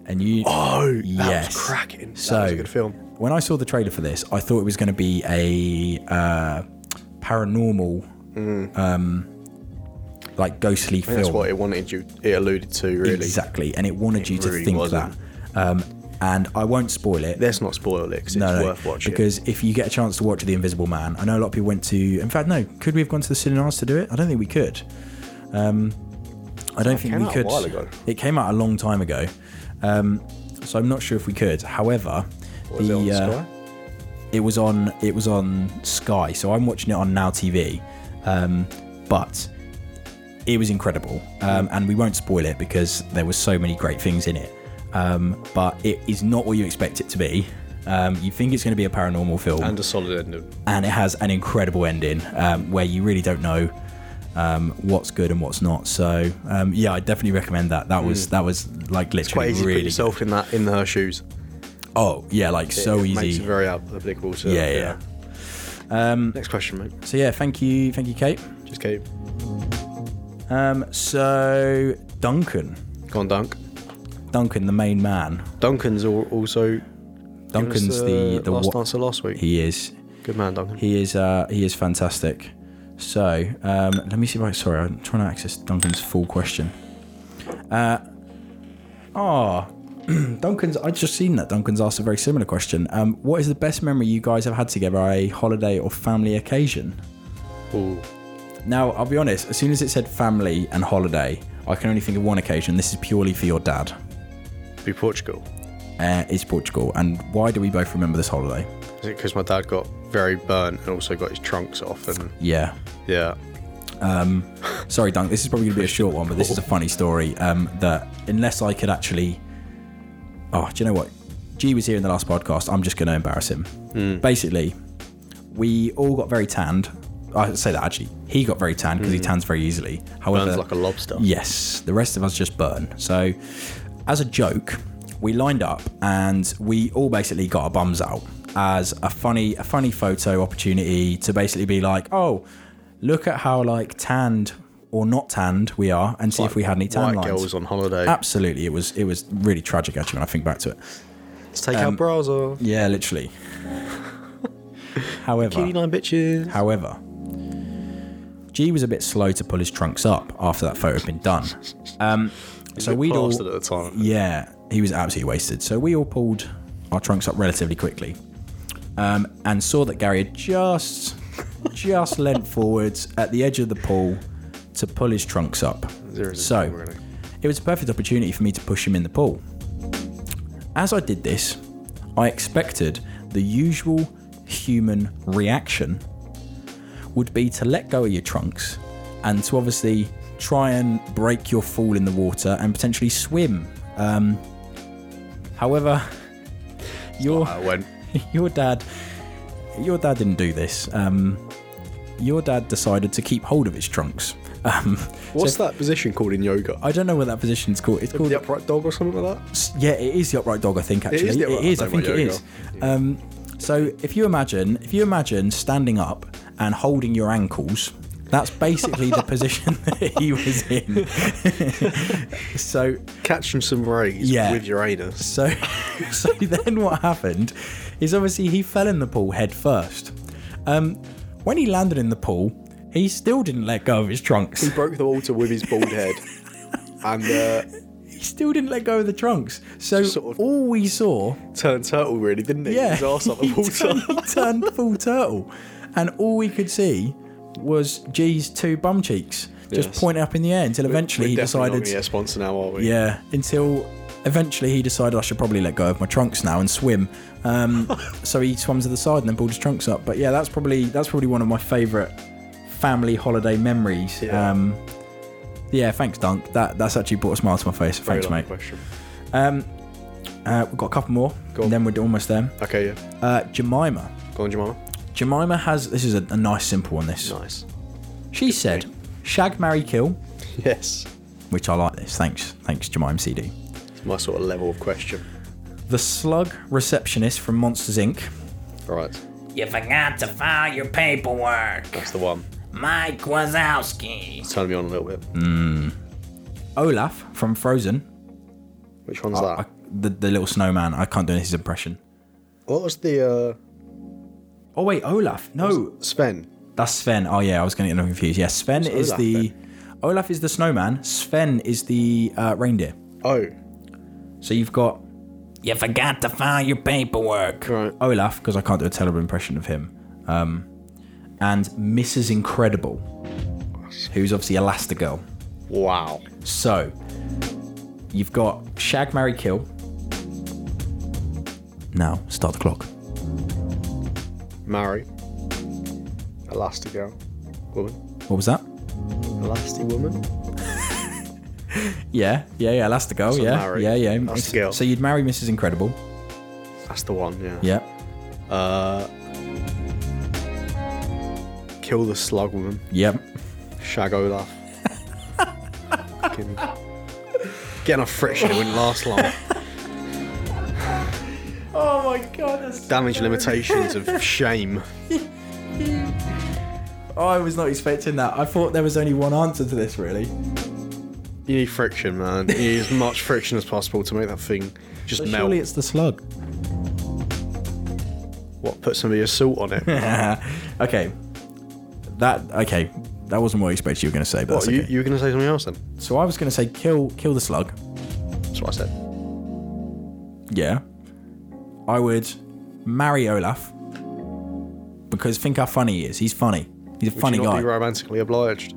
[SPEAKER 1] And you,
[SPEAKER 2] Oh, that
[SPEAKER 1] Yes.
[SPEAKER 2] was cracking.
[SPEAKER 1] So,
[SPEAKER 2] that was a good film.
[SPEAKER 1] When I saw the trailer for this, I thought it was going to be a uh, paranormal, um, like ghostly film.
[SPEAKER 2] Mm. That's what it wanted you. It alluded to really.
[SPEAKER 1] Exactly, and it wanted you to
[SPEAKER 2] really
[SPEAKER 1] think
[SPEAKER 2] wasn't.
[SPEAKER 1] that. Um, and I won't spoil it.
[SPEAKER 2] Let's not spoil it 'cause
[SPEAKER 1] No,
[SPEAKER 2] it's
[SPEAKER 1] no,
[SPEAKER 2] worth watching.
[SPEAKER 1] because if you get a chance to watch The Invisible Man, I know a lot of people went to. In fact, no, could we have gone to the cinemas to do it? I don't think we could. Um, I don't think
[SPEAKER 2] came
[SPEAKER 1] we
[SPEAKER 2] out a
[SPEAKER 1] could.
[SPEAKER 2] while ago.
[SPEAKER 1] It came out a long time ago, um, so I'm not sure if we could. However,
[SPEAKER 2] was it on
[SPEAKER 1] uh,
[SPEAKER 2] Sky?
[SPEAKER 1] it was on it was on Sky, so I'm watching it on Now TV. Um, but it was incredible, um, and we won't spoil it because there were so many great things in it. Um, but it is not what you expect it to be. Um, you think it's going to be a paranormal film,
[SPEAKER 2] and a solid ending.
[SPEAKER 1] and it has an incredible ending um, where you really don't know um, what's good and what's not. So um, yeah, I definitely recommend that. That was that was like
[SPEAKER 2] Mm. Quite
[SPEAKER 1] literally
[SPEAKER 2] easy to put
[SPEAKER 1] really.
[SPEAKER 2] yourself in that in her shoes.
[SPEAKER 1] Oh yeah, like so
[SPEAKER 2] it
[SPEAKER 1] easy.
[SPEAKER 2] Makes it very applicable to. Mm.
[SPEAKER 1] yeah, yeah.
[SPEAKER 2] Next question, mate.
[SPEAKER 1] So yeah, thank you, thank you, Kate.
[SPEAKER 2] Just keep.
[SPEAKER 1] Um, so Duncan,
[SPEAKER 2] Go on, Dunk.
[SPEAKER 1] Duncan, the main man.
[SPEAKER 2] Duncan's al- also.
[SPEAKER 1] Duncan's
[SPEAKER 2] given
[SPEAKER 1] the
[SPEAKER 2] us
[SPEAKER 1] the
[SPEAKER 2] last
[SPEAKER 1] wa-
[SPEAKER 2] answer last week.
[SPEAKER 1] he is.
[SPEAKER 2] Good man, Duncan.
[SPEAKER 1] He is. Uh, he is fantastic. So um, let me see. Right, sorry, I'm trying to access Duncan's full question. Uh, ah, [CLEARS THROAT] Duncan's. I just seen that Duncan's asked a very similar question. Um, what is the best memory you guys have had together, a holiday or family occasion?
[SPEAKER 2] Ooh.
[SPEAKER 1] Now, I'll be honest, as soon as it said family and holiday, I can only think of one occasion. This is purely for your dad.
[SPEAKER 2] Be Portugal.
[SPEAKER 1] Uh, is Portugal. And why do we both remember this holiday?
[SPEAKER 2] Is it because my dad got very burnt and also got his trunks off? And
[SPEAKER 1] Yeah.
[SPEAKER 2] yeah,
[SPEAKER 1] Sorry, Dunk, this is probably going to be a short one, but this is a funny story um, that unless I could actually. Oh, do you know what? G was here in the last podcast. I'm just going to embarrass him.
[SPEAKER 2] Hmm.
[SPEAKER 1] Basically, we all got very tanned. I say that actually. He got very tanned because he tans very easily. However,
[SPEAKER 2] Hmm. burns like a lobster.
[SPEAKER 1] Yes, the rest of us just burn. So, as a joke, we lined up and we all basically got our bums out as a funny, a funny photo opportunity to basically be like, oh, look at how like tanned or not tanned we are, and see if we had any tan
[SPEAKER 2] White
[SPEAKER 1] lines.
[SPEAKER 2] girls on holiday.
[SPEAKER 1] Absolutely, it was it was really tragic actually when I think back to it.
[SPEAKER 2] Let's take our bras off.
[SPEAKER 1] Yeah,
[SPEAKER 2] [LAUGHS]
[SPEAKER 1] literally. However,
[SPEAKER 2] Kitty nine bitches.
[SPEAKER 1] However, G was a bit slow to pull his trunks up after that photo had been done. Um, so
[SPEAKER 2] bit
[SPEAKER 1] we all,
[SPEAKER 2] plastered at the time.
[SPEAKER 1] yeah, he was absolutely wasted. So we all pulled our trunks up relatively quickly, um, and saw that Gary had just,
[SPEAKER 2] [LAUGHS]
[SPEAKER 1] just leant forwards at the edge of the pool to pull his trunks up.
[SPEAKER 2] There is a-
[SPEAKER 1] so
[SPEAKER 2] really.
[SPEAKER 1] it was a perfect opportunity for me to push him in the pool. As I did this, I expected the usual human reaction would be to let go of your trunks and to obviously try and break your fall in the water and potentially swim. Um, however, your
[SPEAKER 2] I went.
[SPEAKER 1] [LAUGHS] your dad your dad didn't do this. Um, your dad decided to keep hold of his trunks. Um,
[SPEAKER 2] What's that position called in yoga?
[SPEAKER 1] I don't know what that position's called. It's called
[SPEAKER 2] the upright dog or something like that.
[SPEAKER 1] yeah, it is the upright dog. I think actually,
[SPEAKER 2] is the upright
[SPEAKER 1] I
[SPEAKER 2] dog,
[SPEAKER 1] think
[SPEAKER 2] right,
[SPEAKER 1] it
[SPEAKER 2] yeah,
[SPEAKER 1] is. Um, so if you imagine, if you imagine standing up and holding your ankles, that's basically
[SPEAKER 2] [LAUGHS]
[SPEAKER 1] the position that he was in. [LAUGHS] so
[SPEAKER 2] Catching some rays
[SPEAKER 1] Yeah.
[SPEAKER 2] with your anus.
[SPEAKER 1] so [LAUGHS] so then what happened is obviously he fell in the pool head first. Um, when he landed in the pool, he still didn't let go of his trunks. [LAUGHS]
[SPEAKER 2] He broke the water with his bald head. And uh,
[SPEAKER 1] He still didn't let go of the trunks. So
[SPEAKER 2] Sort of-
[SPEAKER 1] all we saw
[SPEAKER 2] turned turtle, really, didn't he?
[SPEAKER 1] Yeah.
[SPEAKER 2] His arse up
[SPEAKER 1] [LAUGHS]
[SPEAKER 2] the
[SPEAKER 1] he,
[SPEAKER 2] water.
[SPEAKER 1] turned, he turned full turtle. And all we could see was G's two bum cheeks just
[SPEAKER 2] Yes.
[SPEAKER 1] pointing up in the air until eventually he
[SPEAKER 2] [LAUGHS] We're definitely not
[SPEAKER 1] decided.
[SPEAKER 2] gonna get a sponsor now, are we?
[SPEAKER 1] Yeah, until eventually he decided I should probably let go of my trunks now and swim.
[SPEAKER 2] [LAUGHS]
[SPEAKER 1] Um, so he swam to the side and then pulled his trunks up. But yeah, that's probably that's probably one of my favourite family holiday memories.
[SPEAKER 2] Yeah.
[SPEAKER 1] Um, yeah, thanks, Dunk. That that's actually brought a smile to my face.
[SPEAKER 2] Very
[SPEAKER 1] Thanks,
[SPEAKER 2] long
[SPEAKER 1] mate.
[SPEAKER 2] Question.
[SPEAKER 1] Um, uh, we've got a couple more,
[SPEAKER 2] Go on.
[SPEAKER 1] and then we're almost there.
[SPEAKER 2] Okay, yeah.
[SPEAKER 1] Uh, Jemima.
[SPEAKER 2] Go on, Jemima.
[SPEAKER 1] Jemima has this is a, a nice simple one. This
[SPEAKER 2] Nice.
[SPEAKER 1] she said, "Shag, marry, kill,"
[SPEAKER 2] Yes.
[SPEAKER 1] which I like. This thanks, thanks Jemima CD.
[SPEAKER 2] It's my sort of level of question.
[SPEAKER 1] The slug receptionist from Monsters Inc.
[SPEAKER 2] All right.
[SPEAKER 3] You forgot to file your paperwork.
[SPEAKER 2] That's the one.
[SPEAKER 3] Mike Wazowski.
[SPEAKER 2] It's turning me on a little bit.
[SPEAKER 1] Olaf from Frozen.
[SPEAKER 2] Which one's that?
[SPEAKER 1] I, the the little snowman. I can't do his impression.
[SPEAKER 2] what was the
[SPEAKER 1] Oh wait, Olaf. No,
[SPEAKER 2] uh, Sven?
[SPEAKER 1] that's Sven. Oh yeah, I was going to get confused. Yeah, Sven is
[SPEAKER 2] Olaf
[SPEAKER 1] the Olaf is the snowman. Sven is the uh, reindeer.
[SPEAKER 2] Oh,
[SPEAKER 1] So you've got
[SPEAKER 3] You forgot to file your paperwork.
[SPEAKER 2] right.
[SPEAKER 1] Olaf because I can't do a terrible impression of him, um, and Mrs. Incredible, who's obviously Elastigirl.
[SPEAKER 2] Wow.
[SPEAKER 1] So you've got Shag, Marry, Kill. Now start the clock.
[SPEAKER 2] Mary. Elastigirl. Woman.
[SPEAKER 1] What was that?
[SPEAKER 2] Elasti woman.
[SPEAKER 1] Yeah, yeah, yeah. Elastigirl.
[SPEAKER 2] So
[SPEAKER 1] yeah,
[SPEAKER 2] marry
[SPEAKER 1] yeah, yeah.
[SPEAKER 2] Elastigirl.
[SPEAKER 1] So you'd marry Mrs. Incredible.
[SPEAKER 2] That's the one, yeah.
[SPEAKER 1] Yeah.
[SPEAKER 2] Uh, kill the slug woman.
[SPEAKER 1] Yep.
[SPEAKER 2] Shag Olaf. Fucking- Get enough friction, it wouldn't last long.
[SPEAKER 1] Oh my god, that's.
[SPEAKER 2] Damage limitations of shame.
[SPEAKER 1] I was not expecting that. I thought there was only one answer to this, really.
[SPEAKER 2] You need friction, man. You need as much friction as possible to make that thing just
[SPEAKER 1] But
[SPEAKER 2] melt.
[SPEAKER 1] surely it's the slug.
[SPEAKER 2] What, put some of your salt on it?
[SPEAKER 1] [LAUGHS] Okay. That okay. That wasn't what I expected you were going to say, but
[SPEAKER 2] what,
[SPEAKER 1] that's
[SPEAKER 2] you,
[SPEAKER 1] okay.
[SPEAKER 2] you were going to say something else then?
[SPEAKER 1] So I was going to say kill kill the slug.
[SPEAKER 2] That's what I said.
[SPEAKER 1] Yeah. I would marry Olaf because think how funny he is. He's funny. He's a
[SPEAKER 2] Would
[SPEAKER 1] funny
[SPEAKER 2] you not
[SPEAKER 1] guy.
[SPEAKER 2] Be romantically obliged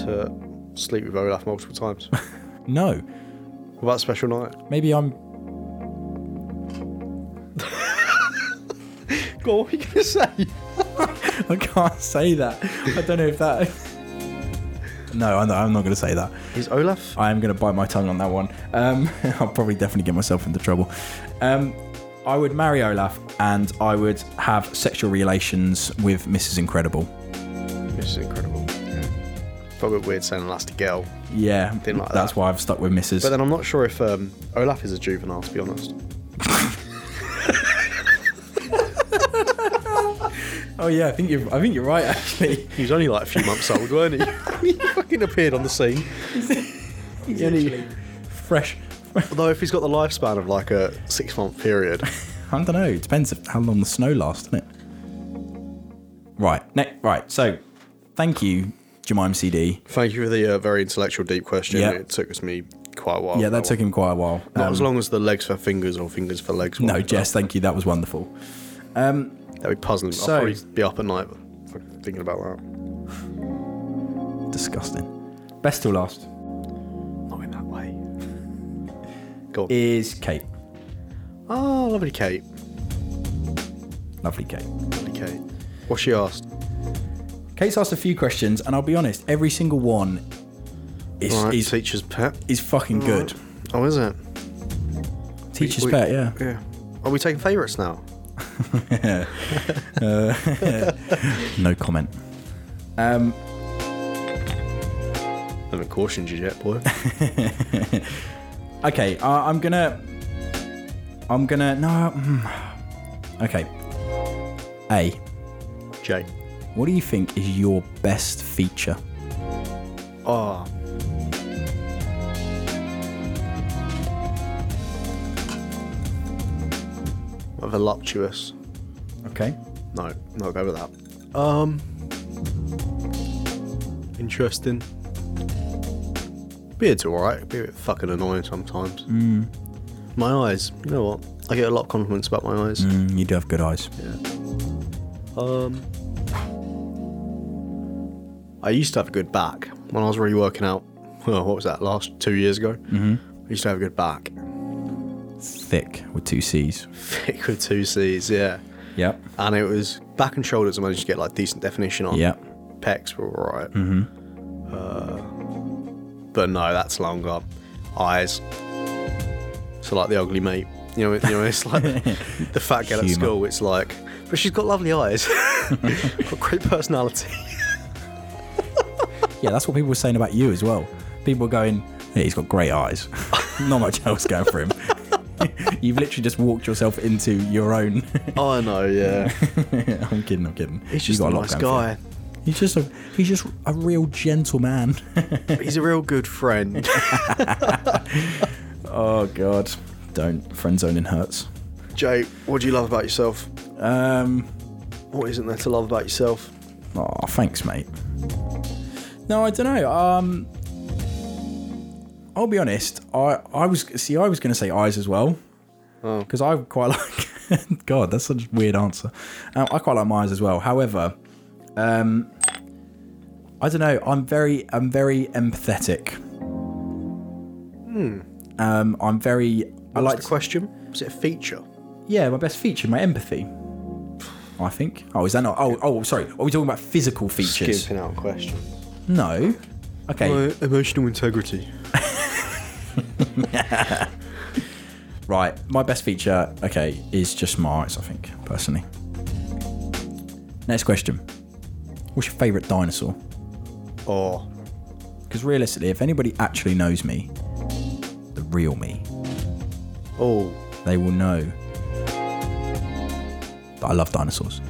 [SPEAKER 2] to sleep with Olaf
[SPEAKER 1] [LAUGHS]
[SPEAKER 2] multiple times. what
[SPEAKER 1] No,
[SPEAKER 2] about special night?
[SPEAKER 1] maybe I'm. [LAUGHS]
[SPEAKER 2] God, what are you gonna say?
[SPEAKER 1] I can't say that. I don't know if
[SPEAKER 2] [LAUGHS]
[SPEAKER 1] that. No, I'm not, I'm not going to say that.
[SPEAKER 2] Is Olaf?
[SPEAKER 1] I am going to bite my tongue on that one. Um, [LAUGHS] I'll probably definitely get myself into trouble. Um, I would marry Olaf and I would have sexual relations with Mrs. Incredible.
[SPEAKER 2] This is incredible. Felt a bit weird saying elastic girl,
[SPEAKER 1] Yeah,
[SPEAKER 2] Didn't like
[SPEAKER 1] that's
[SPEAKER 2] that.
[SPEAKER 1] why I've stuck with Mrs.
[SPEAKER 2] but then I'm not sure if um, Olaf is a juvenile. To be honest,
[SPEAKER 1] oh yeah, I think you're. I think you're right
[SPEAKER 2] [LAUGHS]
[SPEAKER 1] actually.
[SPEAKER 2] he was only like a few months old, weren't he? [LAUGHS] he fucking appeared on the scene.
[SPEAKER 1] Fresh. [LAUGHS]
[SPEAKER 2] Although if he's got the lifespan of like a six month period,
[SPEAKER 1] I don't know. It depends if- how long the snow lasts, doesn't it? Right. Ne- right. So, thank you, Jemima CD.
[SPEAKER 2] thank you for the uh, very intellectual deep question.
[SPEAKER 1] Yeah.
[SPEAKER 2] It took us me quite a while.
[SPEAKER 1] Yeah, that took
[SPEAKER 2] one.
[SPEAKER 1] him quite a while.
[SPEAKER 2] Not
[SPEAKER 1] Um,
[SPEAKER 2] as long as the legs for fingers or fingers for legs.
[SPEAKER 1] no,
[SPEAKER 2] one.
[SPEAKER 1] Jess. Thank you. That was wonderful.
[SPEAKER 2] That'd be puzzling.
[SPEAKER 1] So-
[SPEAKER 2] I'll probably be up at night fucking thinking about that.
[SPEAKER 1] Disgusting. Best till last
[SPEAKER 2] Not in that way. [LAUGHS] Go on.
[SPEAKER 1] is Kate.
[SPEAKER 2] oh, lovely Kate.
[SPEAKER 1] Lovely Kate.
[SPEAKER 2] Lovely Kate. What she asked.
[SPEAKER 1] Kate's asked a few questions, and I'll be honest, every single one is
[SPEAKER 2] All right,
[SPEAKER 1] is,
[SPEAKER 2] teacher's pet.
[SPEAKER 1] is fucking good.
[SPEAKER 2] Oh, is it?
[SPEAKER 1] Teacher's
[SPEAKER 2] We-
[SPEAKER 1] pet, yeah.
[SPEAKER 2] Yeah. Are we taking favourites now?
[SPEAKER 1] No comment.
[SPEAKER 2] I haven't cautioned you yet,
[SPEAKER 1] [LAUGHS]
[SPEAKER 2] boy.
[SPEAKER 1] Okay, uh, I'm gonna. I'm gonna. No. mm. Okay. A.
[SPEAKER 2] Jay.
[SPEAKER 1] What do you think is your best feature?
[SPEAKER 2] Oh. A voluptuous.
[SPEAKER 1] Okay.
[SPEAKER 2] No, not go with that. Um, interesting. Beard's alright. Be a bit fucking annoying sometimes. My eyes. You know what? I get a lot of compliments about my eyes.
[SPEAKER 1] Mm, you do have good eyes.
[SPEAKER 2] Um, I used to have a good back when I was really working out. Well, what was that? Last two years ago. Mm-hmm. I used to have a good back. [LAUGHS]
[SPEAKER 1] Thick with two C's.
[SPEAKER 2] Thick with two C's. Yeah.
[SPEAKER 1] Yep.
[SPEAKER 2] and it was back and shoulders. I managed to get like decent definition on.
[SPEAKER 1] Yeah.
[SPEAKER 2] pecs were alright. Mm-hmm. Uh, but no, that's long gone. Eyes. So like the ugly mate. You know, you know,
[SPEAKER 1] [LAUGHS]
[SPEAKER 2] it's like the fat girl at
[SPEAKER 1] Humour.
[SPEAKER 2] school. It's like, but she's got
[SPEAKER 1] [LAUGHS]
[SPEAKER 2] lovely eyes, got great personality.
[SPEAKER 1] Yeah, that's what people were saying about you as well. People were going, hey, he's got great eyes. [LAUGHS] Not much else going for him. [LAUGHS] You've literally just walked yourself into your own. [LAUGHS]
[SPEAKER 2] Oh, I know, yeah.
[SPEAKER 1] I'm kidding. I'm kidding.
[SPEAKER 2] He's
[SPEAKER 1] You've
[SPEAKER 2] just a
[SPEAKER 1] lot
[SPEAKER 2] nice
[SPEAKER 1] going for you.
[SPEAKER 2] guy.
[SPEAKER 1] He's just a he's just a real gentleman. [LAUGHS]
[SPEAKER 2] He's a real good friend.
[SPEAKER 1] oh God! Don't friend zoning hurts.
[SPEAKER 2] Jay, what do you love about yourself?
[SPEAKER 1] Um.
[SPEAKER 2] What isn't there to love about yourself?
[SPEAKER 1] Oh, thanks, mate. No, I don't know. Um. I'll be honest. I I was see I was going to say eyes as well.
[SPEAKER 2] Oh.
[SPEAKER 1] Because I quite [LAUGHS] like. God, that's such a weird answer. Um, I quite like my eyes as well. However, um, I don't know. I'm very I'm very empathetic. Hmm. Um, I'm very. I
[SPEAKER 2] Hmm. What's
[SPEAKER 1] like.
[SPEAKER 2] the question? Is it a feature?
[SPEAKER 1] Yeah, my best feature, my empathy. I think. Oh, is that not? Oh, oh, sorry. Are we talking about physical features?
[SPEAKER 2] Skipping out questions.
[SPEAKER 1] No. Okay.
[SPEAKER 2] emotional integrity.
[SPEAKER 1] Right. My best feature, okay, is just my eyes. I think personally. Next question. What's your favourite dinosaur?
[SPEAKER 2] Oh,
[SPEAKER 1] Because realistically, if anybody actually knows me, the real me,
[SPEAKER 2] oh,
[SPEAKER 1] they will know that I love dinosaurs.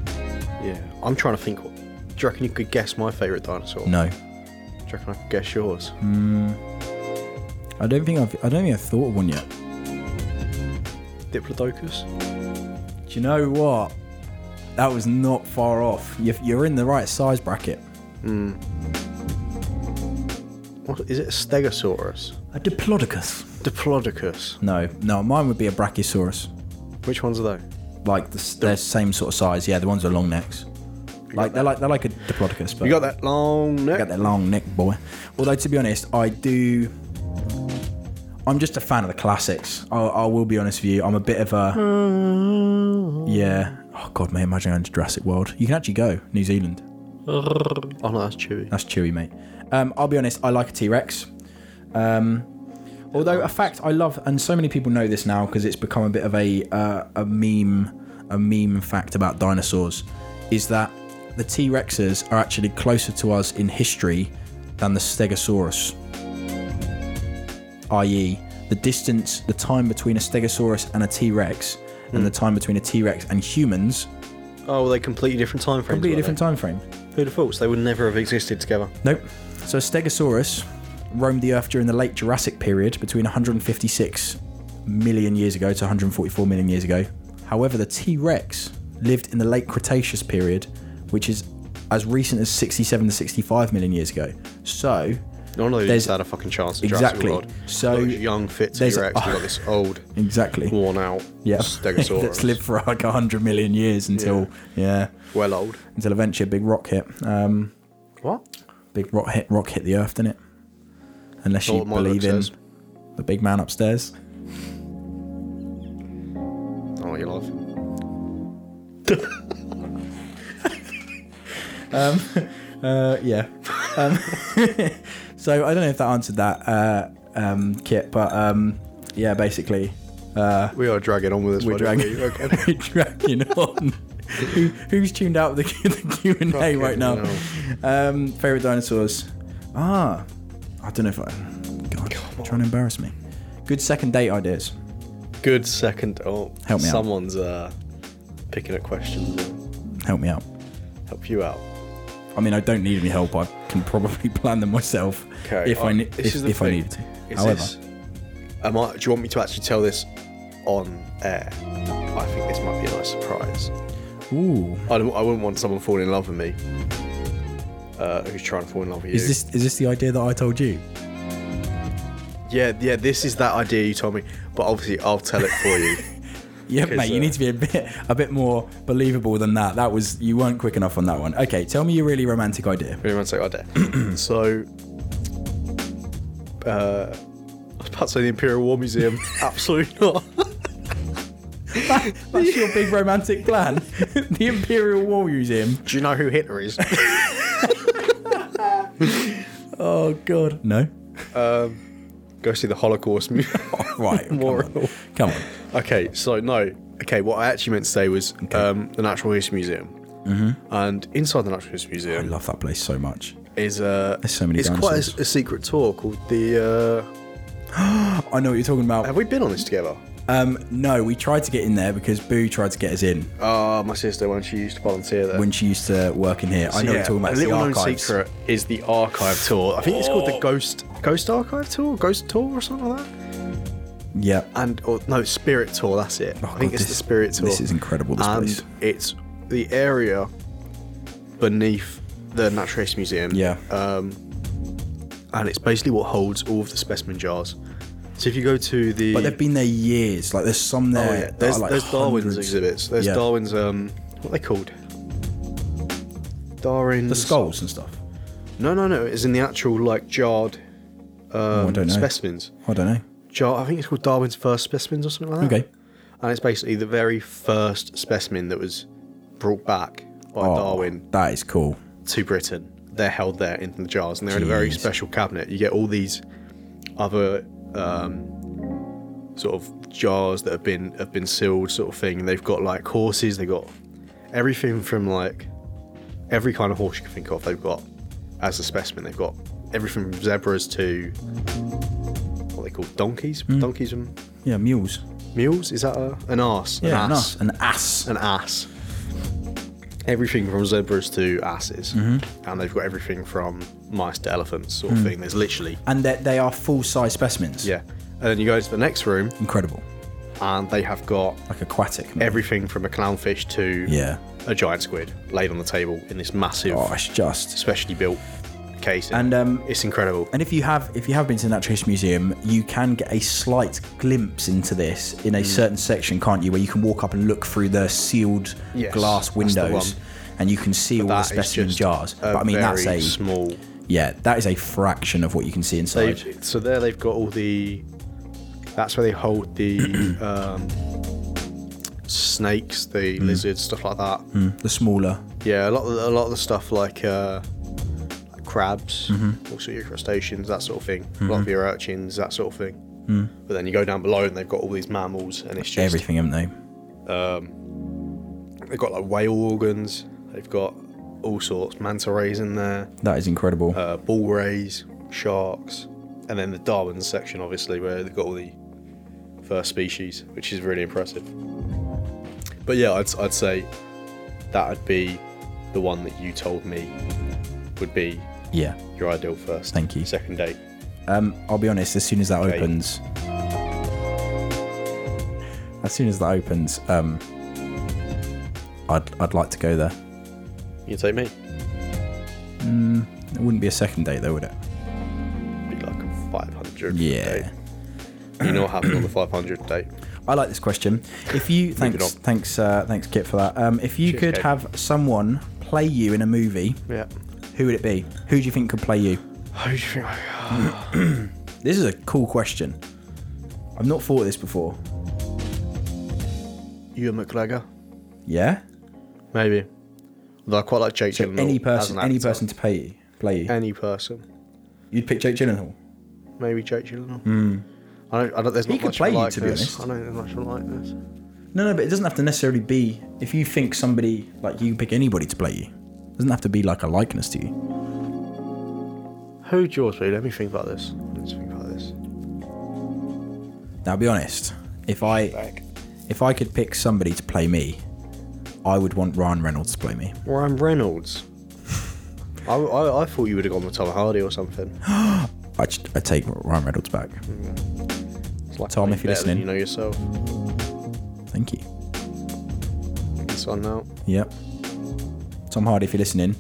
[SPEAKER 2] yeah. I'm trying to think. What, do you reckon you could guess my favourite dinosaur?
[SPEAKER 1] No, Hmm.
[SPEAKER 2] Do you reckon I could guess yours?
[SPEAKER 1] I don't think I've. I don't think I've thought of one yet.
[SPEAKER 2] Diplodocus?
[SPEAKER 1] Do you know what? That was not far off. You're, you're in the right size bracket.
[SPEAKER 2] What, is it a Stegosaurus?
[SPEAKER 1] A diplodocus.
[SPEAKER 2] Diplodocus.
[SPEAKER 1] No, no, mine would be a brachiosaurus.
[SPEAKER 2] Which ones are they?
[SPEAKER 1] Like the, s- they're same sort of size. Yeah, the ones with long necks. Like they're like they're like a diplodocus, but
[SPEAKER 2] You got that long neck.
[SPEAKER 1] got that long neck, boy. Although to be honest, I do. I'm just a fan of the classics. I, I will be honest with you. I'm a bit of a. Yeah. Oh God, mate! Imagine going to Jurassic World. You can actually go New Zealand.
[SPEAKER 2] Oh no, that's chewy.
[SPEAKER 1] That's chewy, mate. Um, I'll be honest. I like a T Rex. Um, although a fact I love, and so many people know this now because it's become a bit of a uh, a meme, a meme fact about dinosaurs, is that the T Rexes are actually closer to us in history than the Stegosaurus. I.e., the distance, the time between a Stegosaurus and a T Rex, and the time between a T Rex and humans,
[SPEAKER 2] Oh, well, they completely different time frames.
[SPEAKER 1] completely
[SPEAKER 2] were
[SPEAKER 1] different
[SPEAKER 2] they?
[SPEAKER 1] time frame.
[SPEAKER 2] Who'd have thought? So they would never have existed together.
[SPEAKER 1] Nope. So Stegosaurus roamed the Earth during the late Jurassic period between 156 million years ago to 144 million years ago. However, the T Rex lived in the late Cretaceous period, which is as recent as 67 to 65 million years ago. So,
[SPEAKER 2] None of
[SPEAKER 1] There's-
[SPEAKER 2] these had a fucking chance. in
[SPEAKER 1] Exactly.
[SPEAKER 2] Jurassic World.
[SPEAKER 1] So
[SPEAKER 2] Those young, fit T
[SPEAKER 1] there's-
[SPEAKER 2] Rex. we got this old,
[SPEAKER 1] exactly.
[SPEAKER 2] worn out
[SPEAKER 1] [LAUGHS] yeah.
[SPEAKER 2] Stegosaurus.
[SPEAKER 1] That's lived for like 100 million years until, yeah,
[SPEAKER 2] well old.
[SPEAKER 1] until eventually a big rock hit. Um,
[SPEAKER 2] What?
[SPEAKER 1] big rock hit, rock hit the Earth, didn't it? Unless
[SPEAKER 2] Not
[SPEAKER 1] you
[SPEAKER 2] what my
[SPEAKER 1] believe
[SPEAKER 2] book
[SPEAKER 1] in
[SPEAKER 2] says.
[SPEAKER 1] the big man upstairs.
[SPEAKER 2] Oh, you love.
[SPEAKER 1] Uh, yeah. Um, [LAUGHS] so I don't know if that answered that, uh, um, Kit, but um, yeah, basically
[SPEAKER 2] We are dragging on with this.
[SPEAKER 1] we're
[SPEAKER 2] one, aren't
[SPEAKER 1] dragging,
[SPEAKER 2] we? Okay.
[SPEAKER 1] [LAUGHS] we're dragging on. Who, who's tuned out of the, [LAUGHS] Q- the Q and A
[SPEAKER 2] Fucking
[SPEAKER 1] right now?
[SPEAKER 2] hell.
[SPEAKER 1] Um, Favorite dinosaurs? Ah, I don't know if I. God, trying to embarrass me. Good second date ideas.
[SPEAKER 2] [LAUGHS] Good second. Oh,
[SPEAKER 1] Help me out.
[SPEAKER 2] Someone's uh, picking up questions. and
[SPEAKER 1] Help me out.
[SPEAKER 2] Help you out.
[SPEAKER 1] I mean, I don't need any help. I can probably [LAUGHS] plan them myself
[SPEAKER 2] Okay.
[SPEAKER 1] if I, ne-
[SPEAKER 2] this
[SPEAKER 1] if,
[SPEAKER 2] is the
[SPEAKER 1] if I
[SPEAKER 2] thing.
[SPEAKER 1] needed to.
[SPEAKER 2] Is
[SPEAKER 1] However,
[SPEAKER 2] this- am I, do you want me to actually tell this on air? I think this might be a nice surprise.
[SPEAKER 1] ooh,
[SPEAKER 2] I, don't, I wouldn't want someone falling in love with me. Uh, who's trying to fall in love with you?
[SPEAKER 1] is this is this the idea that I told you?
[SPEAKER 2] Yeah, yeah. This is that idea you told me, but obviously I'll tell it
[SPEAKER 1] [LAUGHS]
[SPEAKER 2] for you.
[SPEAKER 1] Yeah,
[SPEAKER 2] Because,
[SPEAKER 1] mate, you
[SPEAKER 2] uh,
[SPEAKER 1] need to be a bit a bit more believable than that. That was you weren't quick enough on that one. Okay, tell me your really romantic idea.
[SPEAKER 2] Give me one second,
[SPEAKER 1] [CLEARS THROAT]
[SPEAKER 2] idea. so, uh, I was about to say the Imperial
[SPEAKER 1] [LAUGHS]
[SPEAKER 2] War Museum. Absolutely not.
[SPEAKER 1] That's your big romantic
[SPEAKER 2] [LAUGHS]
[SPEAKER 1] plan. the Imperial War Museum.
[SPEAKER 2] Do you know who Hitler is?
[SPEAKER 1] [LAUGHS] Oh god.
[SPEAKER 2] [LAUGHS]
[SPEAKER 1] No.
[SPEAKER 2] Go see the Holocaust Museum.
[SPEAKER 1] Right. come on.
[SPEAKER 2] Memorial.
[SPEAKER 1] Come on.
[SPEAKER 2] [LAUGHS] Okay, so no. Okay, what I actually meant to say was um, the Natural History Museum. Mm-hmm. And inside the Natural History
[SPEAKER 1] I
[SPEAKER 2] Museum
[SPEAKER 1] love that place so much.
[SPEAKER 2] is uh,
[SPEAKER 1] There's so many
[SPEAKER 2] it's quite
[SPEAKER 1] dinosaurs.
[SPEAKER 2] a, a secret tour called the. Uh,
[SPEAKER 1] I know what you're talking about.
[SPEAKER 2] have we been on this together?
[SPEAKER 1] Um, no, we tried to get in there because Boo tried to get us in
[SPEAKER 2] Uh, my sister when she used to volunteer there.
[SPEAKER 1] when she used to work in here. I know
[SPEAKER 2] So,
[SPEAKER 1] what you're talking about.
[SPEAKER 2] A
[SPEAKER 1] It's the
[SPEAKER 2] little known
[SPEAKER 1] archives. Oh.
[SPEAKER 2] secret is the archive tour. I think it's called the Ghost Ghost Archive Tour, Ghost Tour, or something like that.
[SPEAKER 1] Yeah.
[SPEAKER 2] And or no, Spirit Tour. That's it. I think
[SPEAKER 1] Oh, God,
[SPEAKER 2] it's
[SPEAKER 1] this-
[SPEAKER 2] the Spirit Tour.
[SPEAKER 1] this is incredible, this
[SPEAKER 2] and
[SPEAKER 1] place.
[SPEAKER 2] it's the area beneath the Natural History Museum. Um,
[SPEAKER 1] Yeah.
[SPEAKER 2] and it's basically what holds all of the specimen jars. So if you go to the
[SPEAKER 1] but they've been there years. Like there's some
[SPEAKER 2] oh,
[SPEAKER 1] there.
[SPEAKER 2] yeah,
[SPEAKER 1] that
[SPEAKER 2] there's,
[SPEAKER 1] are, like,
[SPEAKER 2] there's Darwin's
[SPEAKER 1] hundreds.
[SPEAKER 2] exhibits. There's
[SPEAKER 1] Yeah.
[SPEAKER 2] Darwin's um what are they called? Darwin's
[SPEAKER 1] The skulls and stuff.
[SPEAKER 2] No, no, no. It's in the actual like jarred um,
[SPEAKER 1] Oh, I don't know.
[SPEAKER 2] specimens.
[SPEAKER 1] I don't know.
[SPEAKER 2] Jar. I think it's called Darwin's first specimens or something like that.
[SPEAKER 1] Okay.
[SPEAKER 2] And it's basically the very first specimen that was brought back by
[SPEAKER 1] Oh,
[SPEAKER 2] Darwin
[SPEAKER 1] That is cool.
[SPEAKER 2] to Britain. They're held there in the jars, and they're in a very
[SPEAKER 1] Jeez.
[SPEAKER 2] special cabinet. You get all these other um, sort of jars that have been have been sealed, sort of thing. And they've got like horses. They've got everything from like every kind of horse you can think of. They've got as a specimen. They've got everything from zebras to what they call donkeys,
[SPEAKER 1] Hmm.
[SPEAKER 2] donkeys and
[SPEAKER 1] Yeah, mules.
[SPEAKER 2] mules. Is that a, an ass?
[SPEAKER 1] Yeah, an
[SPEAKER 2] an ass
[SPEAKER 1] ass. An ass.
[SPEAKER 2] an ass. Everything from zebras to asses,
[SPEAKER 1] Mm-hmm.
[SPEAKER 2] and they've got everything from mice to elephants, sort
[SPEAKER 1] Mm.
[SPEAKER 2] of thing. There's literally
[SPEAKER 1] And that they are full size specimens.
[SPEAKER 2] yeah. And then you go to the next room,
[SPEAKER 1] Incredible.
[SPEAKER 2] and they have got
[SPEAKER 1] Like aquatic. man.
[SPEAKER 2] everything from a clownfish to
[SPEAKER 1] Yeah.
[SPEAKER 2] a giant squid laid on the table in this massive,
[SPEAKER 1] Oh, it's just.
[SPEAKER 2] specially built case.
[SPEAKER 1] And um,
[SPEAKER 2] it's incredible.
[SPEAKER 1] and if you have if you have been to the Natural History Museum, you can get a slight glimpse into this
[SPEAKER 2] Mm.
[SPEAKER 1] in a certain section, can't you? Where you can walk up and look through the sealed
[SPEAKER 2] Yes,
[SPEAKER 1] glass
[SPEAKER 2] that's the
[SPEAKER 1] windows,
[SPEAKER 2] one.
[SPEAKER 1] and you can see all the
[SPEAKER 2] That is
[SPEAKER 1] specimen
[SPEAKER 2] just
[SPEAKER 1] jars.
[SPEAKER 2] a
[SPEAKER 1] But I mean, that's
[SPEAKER 2] very
[SPEAKER 1] a
[SPEAKER 2] small.
[SPEAKER 1] yeah, that is a fraction of what you can see inside.
[SPEAKER 2] They've, so there they've got all the. That's where they hold the um, snakes, the lizards, stuff like that.
[SPEAKER 1] the smaller,
[SPEAKER 2] Yeah, a lot of the- a lot of the stuff like, uh, like crabs, all sort of your crustaceans, that sort of thing. A lot of your urchins, that sort of thing. But then you go down below and they've got all these mammals, and it's just
[SPEAKER 1] everything, haven't they?
[SPEAKER 2] they've got like whale organs. They've got all sorts, manta rays in there,
[SPEAKER 1] That is incredible.
[SPEAKER 2] uh, ball rays, sharks, and then the Darwin section, obviously, where they've got all the first species, which is really impressive. But yeah, I'd, I'd say that would be the one that you told me would be
[SPEAKER 1] yeah.
[SPEAKER 2] your ideal first.
[SPEAKER 1] Thank you.
[SPEAKER 2] Second date.
[SPEAKER 1] Um, I'll be honest. As soon as that
[SPEAKER 2] Okay.
[SPEAKER 1] opens, as soon as that opens, um, I'd I'd like to go there.
[SPEAKER 2] You take me.
[SPEAKER 1] It wouldn't be a second date though, would it?
[SPEAKER 2] Be like a 500
[SPEAKER 1] Yeah.
[SPEAKER 2] date. You know what happened on the 500 date?
[SPEAKER 1] I like this question. If you thanks
[SPEAKER 2] on.
[SPEAKER 1] thanks uh, thanks Kit for that. Um, if you
[SPEAKER 2] Cheers,
[SPEAKER 1] could
[SPEAKER 2] Kate.
[SPEAKER 1] have someone play you in a movie,
[SPEAKER 2] [COUGHS] Yeah. [LAUGHS]
[SPEAKER 1] who would it be? Who do you think could play you?
[SPEAKER 2] How do you think?
[SPEAKER 1] This is a cool question. I've not thought of this before.
[SPEAKER 2] Ewan McGregor.
[SPEAKER 1] Yeah.
[SPEAKER 2] Maybe. Although I quite like Jake
[SPEAKER 1] So
[SPEAKER 2] Gyllenhaal
[SPEAKER 1] any
[SPEAKER 2] as
[SPEAKER 1] person,
[SPEAKER 2] an
[SPEAKER 1] any
[SPEAKER 2] actor. Uh,
[SPEAKER 1] person to play you, play you.
[SPEAKER 2] any person.
[SPEAKER 1] You'd pick Jake Gyllenhaal.
[SPEAKER 2] Maybe Jake Gyllenhaal. I don't. I don't. There's
[SPEAKER 1] Hmm. He
[SPEAKER 2] not
[SPEAKER 1] could
[SPEAKER 2] much
[SPEAKER 1] play
[SPEAKER 2] I
[SPEAKER 1] you,
[SPEAKER 2] like
[SPEAKER 1] to be honest.
[SPEAKER 2] this. I don't think there's much I like this.
[SPEAKER 1] No, no, but it doesn't have to necessarily be. If you think somebody like you pick anybody to play you, it doesn't have to be like a likeness to you.
[SPEAKER 2] Who do yours be? Let me think about this. Let's think about this.
[SPEAKER 1] Now, I'll be honest. If I
[SPEAKER 2] Back.
[SPEAKER 1] if I could pick somebody to play me, I would want Ryan Reynolds to play me.
[SPEAKER 2] Ryan Reynolds. [LAUGHS] I, I, I thought you would have gone with Tom Hardy or something.
[SPEAKER 1] I I take Ryan Reynolds back.
[SPEAKER 2] It's like
[SPEAKER 1] Tom, if you're
[SPEAKER 2] better
[SPEAKER 1] listening.
[SPEAKER 2] than you know yourself.
[SPEAKER 1] Thank you.
[SPEAKER 2] It's on now.
[SPEAKER 1] Yep. Tom Hardy, if you're listening,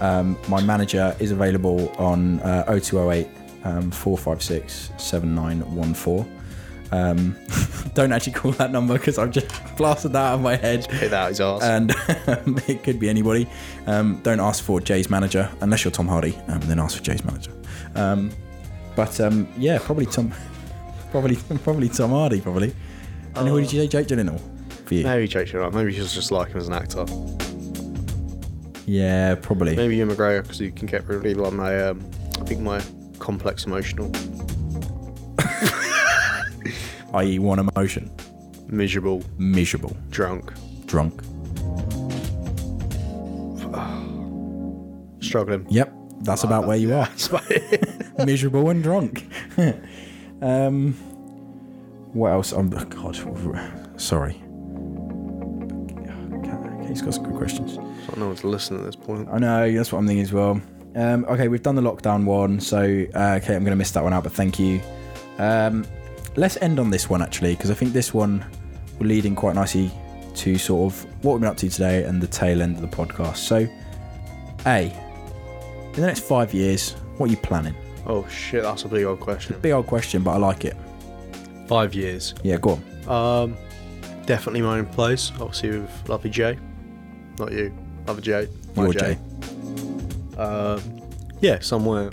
[SPEAKER 1] um, my manager is available on uh, 0208 um, 456 7914. Um, [LAUGHS] don't actually call that number because I've just [LAUGHS] blasted that out of my head.
[SPEAKER 2] Hit that out his arse.
[SPEAKER 1] And [LAUGHS] um, it could be anybody. Um, don't ask for Jay's manager unless you're Tom Hardy. Um, then ask for Jay's manager. Um, but um, yeah, probably Tom, [LAUGHS] probably probably Tom Hardy, probably. And who did you say, Jake Gyllenhaal? For you?
[SPEAKER 2] maybe Jake Gyllenhaal. Maybe you should just like him as an actor.
[SPEAKER 1] Yeah, probably.
[SPEAKER 2] Maybe Ewan McGregor because you can get really on my. Um, I think my complex emotional
[SPEAKER 1] i.e., E one emotion
[SPEAKER 2] miserable
[SPEAKER 1] miserable,
[SPEAKER 2] drunk
[SPEAKER 1] drunk.
[SPEAKER 2] [LAUGHS] struggling.
[SPEAKER 1] Yep, that's about where you are.
[SPEAKER 2] That's about it.
[SPEAKER 1] miserable and drunk. [LAUGHS] um, what else? Um, oh, God, sorry. Kate's got some good questions.
[SPEAKER 2] no one's listening at this point.
[SPEAKER 1] I know, that's what I'm thinking as well. Um, okay, we've done the lockdown one, so uh, okay, I'm going to miss that one out, but thank you. Um, let's end on this one actually, because I think this one will lead in quite nicely to sort of what we've been up to today and the tail end of the podcast. So, A, in the next five years, what are you planning?
[SPEAKER 2] Oh shit, that's a big old question.
[SPEAKER 1] Big old question, but I like it.
[SPEAKER 2] Five years.
[SPEAKER 1] Yeah, go on.
[SPEAKER 2] Um, definitely my own place. Obviously with lovely Jay, not you, lovely Jay. My
[SPEAKER 1] Your Jay.
[SPEAKER 2] Um, yeah, somewhere,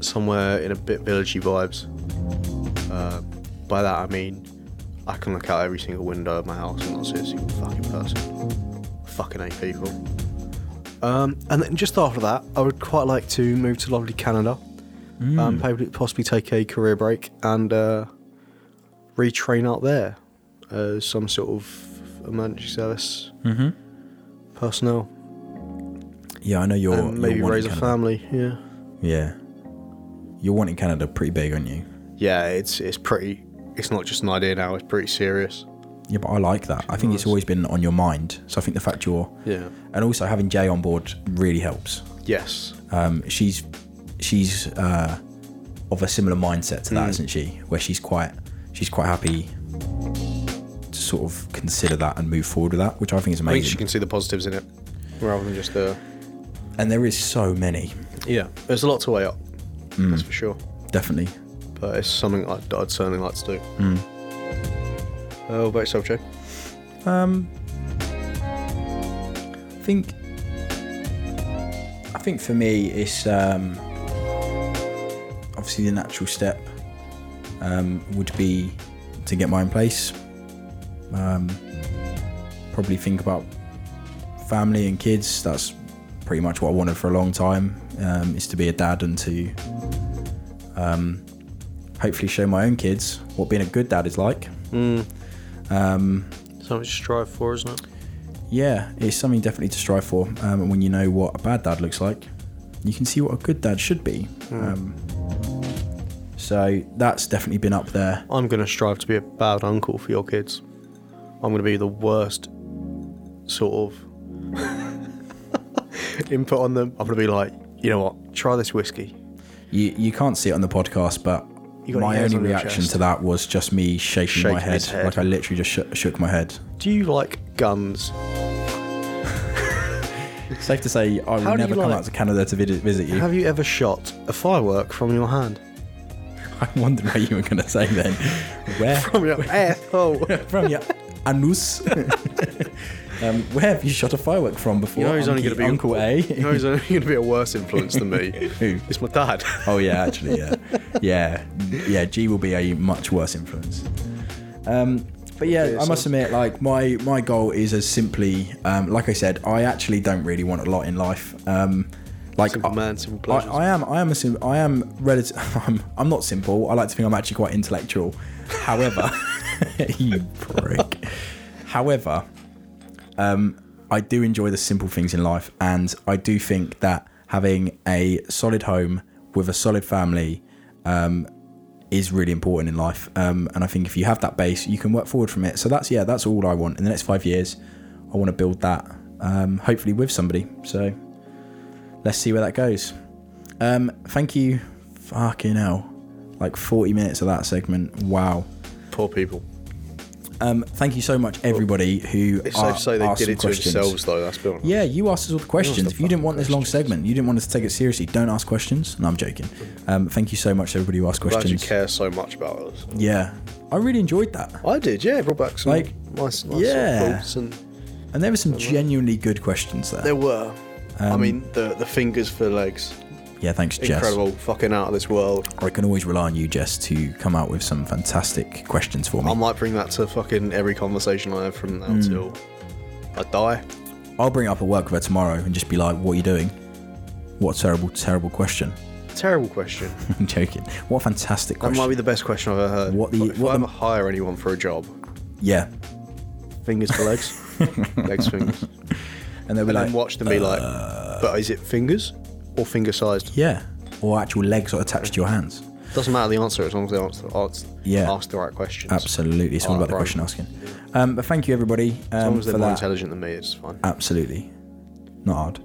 [SPEAKER 2] somewhere in a bit villagey vibes. Uh, by that I mean, I can look out every single window of my house and not see a single fucking person. Fucking eight people. Um, and then just after that, I would quite like to move to lovely Canada. Um, probably- possibly take a career break and uh, retrain out there as some sort of emergency service personnel.
[SPEAKER 1] Yeah, I know you're.
[SPEAKER 2] and maybe
[SPEAKER 1] you're wanting
[SPEAKER 2] raise a
[SPEAKER 1] Canada.
[SPEAKER 2] family. Yeah.
[SPEAKER 1] Yeah. You're wanting Canada pretty big, aren't you?
[SPEAKER 2] Yeah, it's it's pretty. It's not just an idea now. It's pretty serious.
[SPEAKER 1] Yeah, but I like that. I think it's always been on your mind. So I think the fact you're,
[SPEAKER 2] Yeah.
[SPEAKER 1] and also having Jay on board really helps.
[SPEAKER 2] Yes.
[SPEAKER 1] Um, she's she's uh, of a similar mindset to
[SPEAKER 2] Mm.
[SPEAKER 1] that, isn't she? Where she's quite she's quite happy to sort of consider that and move forward with that, which I think is
[SPEAKER 2] I think she
[SPEAKER 1] amazing.
[SPEAKER 2] can see the positives in it, rather than just the.
[SPEAKER 1] And there is so many,
[SPEAKER 2] Yeah. There's a lot to weigh up. That's for sure.
[SPEAKER 1] definitely.
[SPEAKER 2] But it's something I'd, I'd certainly like to do. Mm. Uh, what about yourself, Joe?
[SPEAKER 1] Um, think I think for me it's um, obviously the natural step um, would be to get my own place. Um, probably think about family and kids. That's pretty much what I wanted for a long time. Um, is to be a dad and to um, hopefully show my own kids what being a good dad is like.
[SPEAKER 2] Something to strive for, isn't it?
[SPEAKER 1] Yeah, it's something definitely to strive for. Um, and when you know what a bad dad looks like, you can see what a good dad should be.
[SPEAKER 2] Hmm.
[SPEAKER 1] Um, so that's definitely been up there.
[SPEAKER 2] I'm going to strive to be a bad uncle for your kids. I'm going to be the worst sort of [LAUGHS] input on them. I'm going to be like, you know what? Try this whiskey.
[SPEAKER 1] You you can't see it on the podcast, but
[SPEAKER 2] You got
[SPEAKER 1] my
[SPEAKER 2] your hands
[SPEAKER 1] only
[SPEAKER 2] on your
[SPEAKER 1] reaction
[SPEAKER 2] chest.
[SPEAKER 1] to that was just me shaking my
[SPEAKER 2] Shaking
[SPEAKER 1] head.
[SPEAKER 2] his head.
[SPEAKER 1] Like I literally just sh- shook my head.
[SPEAKER 2] Do you like guns?
[SPEAKER 1] Safe to say, I
[SPEAKER 2] How
[SPEAKER 1] will
[SPEAKER 2] do
[SPEAKER 1] never
[SPEAKER 2] you
[SPEAKER 1] come
[SPEAKER 2] like-
[SPEAKER 1] out to Canada to visit, visit you.
[SPEAKER 2] Have you ever shot a firework from your hand?
[SPEAKER 1] [LAUGHS] I wondered what you were going to say
[SPEAKER 2] [LAUGHS]
[SPEAKER 1] then. Where
[SPEAKER 2] From [LAUGHS] your asshole.
[SPEAKER 1] from your
[SPEAKER 2] [LAUGHS]
[SPEAKER 1] anus? [LAUGHS] um, where have you shot a firework from before?
[SPEAKER 2] You know he's only going to
[SPEAKER 1] Unky-
[SPEAKER 2] be
[SPEAKER 1] Uncle
[SPEAKER 2] [LAUGHS]
[SPEAKER 1] A.
[SPEAKER 2] You know he's only going to be a worse influence than me.
[SPEAKER 1] [LAUGHS] Who?
[SPEAKER 2] It's
[SPEAKER 1] [LAUGHS]
[SPEAKER 2] my dad.
[SPEAKER 1] Oh yeah, actually, yeah, yeah, yeah. G will be a much worse influence. Um, but yeah, I must admit, like my my goal is as simply, um, like I said, I actually don't really want a lot in life. Um, like
[SPEAKER 2] Simple
[SPEAKER 1] I-
[SPEAKER 2] man, simple
[SPEAKER 1] I,
[SPEAKER 2] pleasures.
[SPEAKER 1] I am, I am a sim- I am relative. [LAUGHS] I'm, I'm not simple. I like to think I'm actually quite intellectual. However, [LAUGHS] you prick. However, um, I do enjoy the simple things in life, and I do think that having a solid home with a solid family um, is really important in life. Um, and I think if you have that base, you can work forward from it. So that's yeah, that's all I want in the next five years. I want to build that, um, hopefully with somebody. So let's see where that goes. Um, thank you, fucking hell, like forty minutes of that segment. Wow.
[SPEAKER 2] Poor people.
[SPEAKER 1] Um, thank you so much, everybody who
[SPEAKER 2] It's
[SPEAKER 1] are,
[SPEAKER 2] safe to say they
[SPEAKER 1] asked
[SPEAKER 2] did
[SPEAKER 1] some
[SPEAKER 2] it to
[SPEAKER 1] questions.
[SPEAKER 2] themselves, though. That's been
[SPEAKER 1] Yeah, you asked us all the questions.
[SPEAKER 2] the
[SPEAKER 1] If you didn't
[SPEAKER 2] fucking
[SPEAKER 1] want this long
[SPEAKER 2] questions.
[SPEAKER 1] segment, you didn't want us to take it seriously, don't ask questions. No, I'm joking. Um, thank you so much, to everybody who asked
[SPEAKER 2] Glad you
[SPEAKER 1] questions.
[SPEAKER 2] care so much about us.
[SPEAKER 1] Yeah, I really enjoyed that,
[SPEAKER 2] I did, yeah. Brought back some
[SPEAKER 1] Like,
[SPEAKER 2] nice, nice
[SPEAKER 1] yeah.
[SPEAKER 2] sort of thoughts, and
[SPEAKER 1] and there were some genuinely good questions there.
[SPEAKER 2] there were. I mean, the the fingers for legs,
[SPEAKER 1] Yeah, thanks, Um, Jess.
[SPEAKER 2] incredible, fucking out of this world.
[SPEAKER 1] I can always rely on you, Jess, to come out with some fantastic questions for me.
[SPEAKER 2] I might bring that to fucking every conversation I have from
[SPEAKER 1] Hmm.
[SPEAKER 2] now till I die.
[SPEAKER 1] I'll bring it up at work with her tomorrow and just be like, "What are you doing? What a terrible, terrible question."
[SPEAKER 2] Terrible
[SPEAKER 1] [LAUGHS]
[SPEAKER 2] question.
[SPEAKER 1] I'm joking. What a fantastic
[SPEAKER 2] That
[SPEAKER 1] question.
[SPEAKER 2] might be the best question I've ever heard.
[SPEAKER 1] What the-
[SPEAKER 2] if
[SPEAKER 1] what
[SPEAKER 2] I
[SPEAKER 1] the-
[SPEAKER 2] ever hire anyone for a job,
[SPEAKER 1] yeah,
[SPEAKER 2] fingers
[SPEAKER 1] [LAUGHS]
[SPEAKER 2] for legs, legs fingers, and
[SPEAKER 1] and they'll be like, uh,
[SPEAKER 2] then watch them be like, but is it fingers or finger sized?
[SPEAKER 1] "Yeah," or actual legs are attached to your hands.
[SPEAKER 2] Doesn't matter the answer as long as they answer, answer
[SPEAKER 1] Yeah.
[SPEAKER 2] ask the right questions.
[SPEAKER 1] Absolutely, it's all
[SPEAKER 2] Oh,
[SPEAKER 1] about the
[SPEAKER 2] right.
[SPEAKER 1] question asking. Um, but thank you, everybody, um,
[SPEAKER 2] As long as they're
[SPEAKER 1] for
[SPEAKER 2] more
[SPEAKER 1] that. Uh,
[SPEAKER 2] intelligent than me, it's fine.
[SPEAKER 1] Absolutely. Not hard.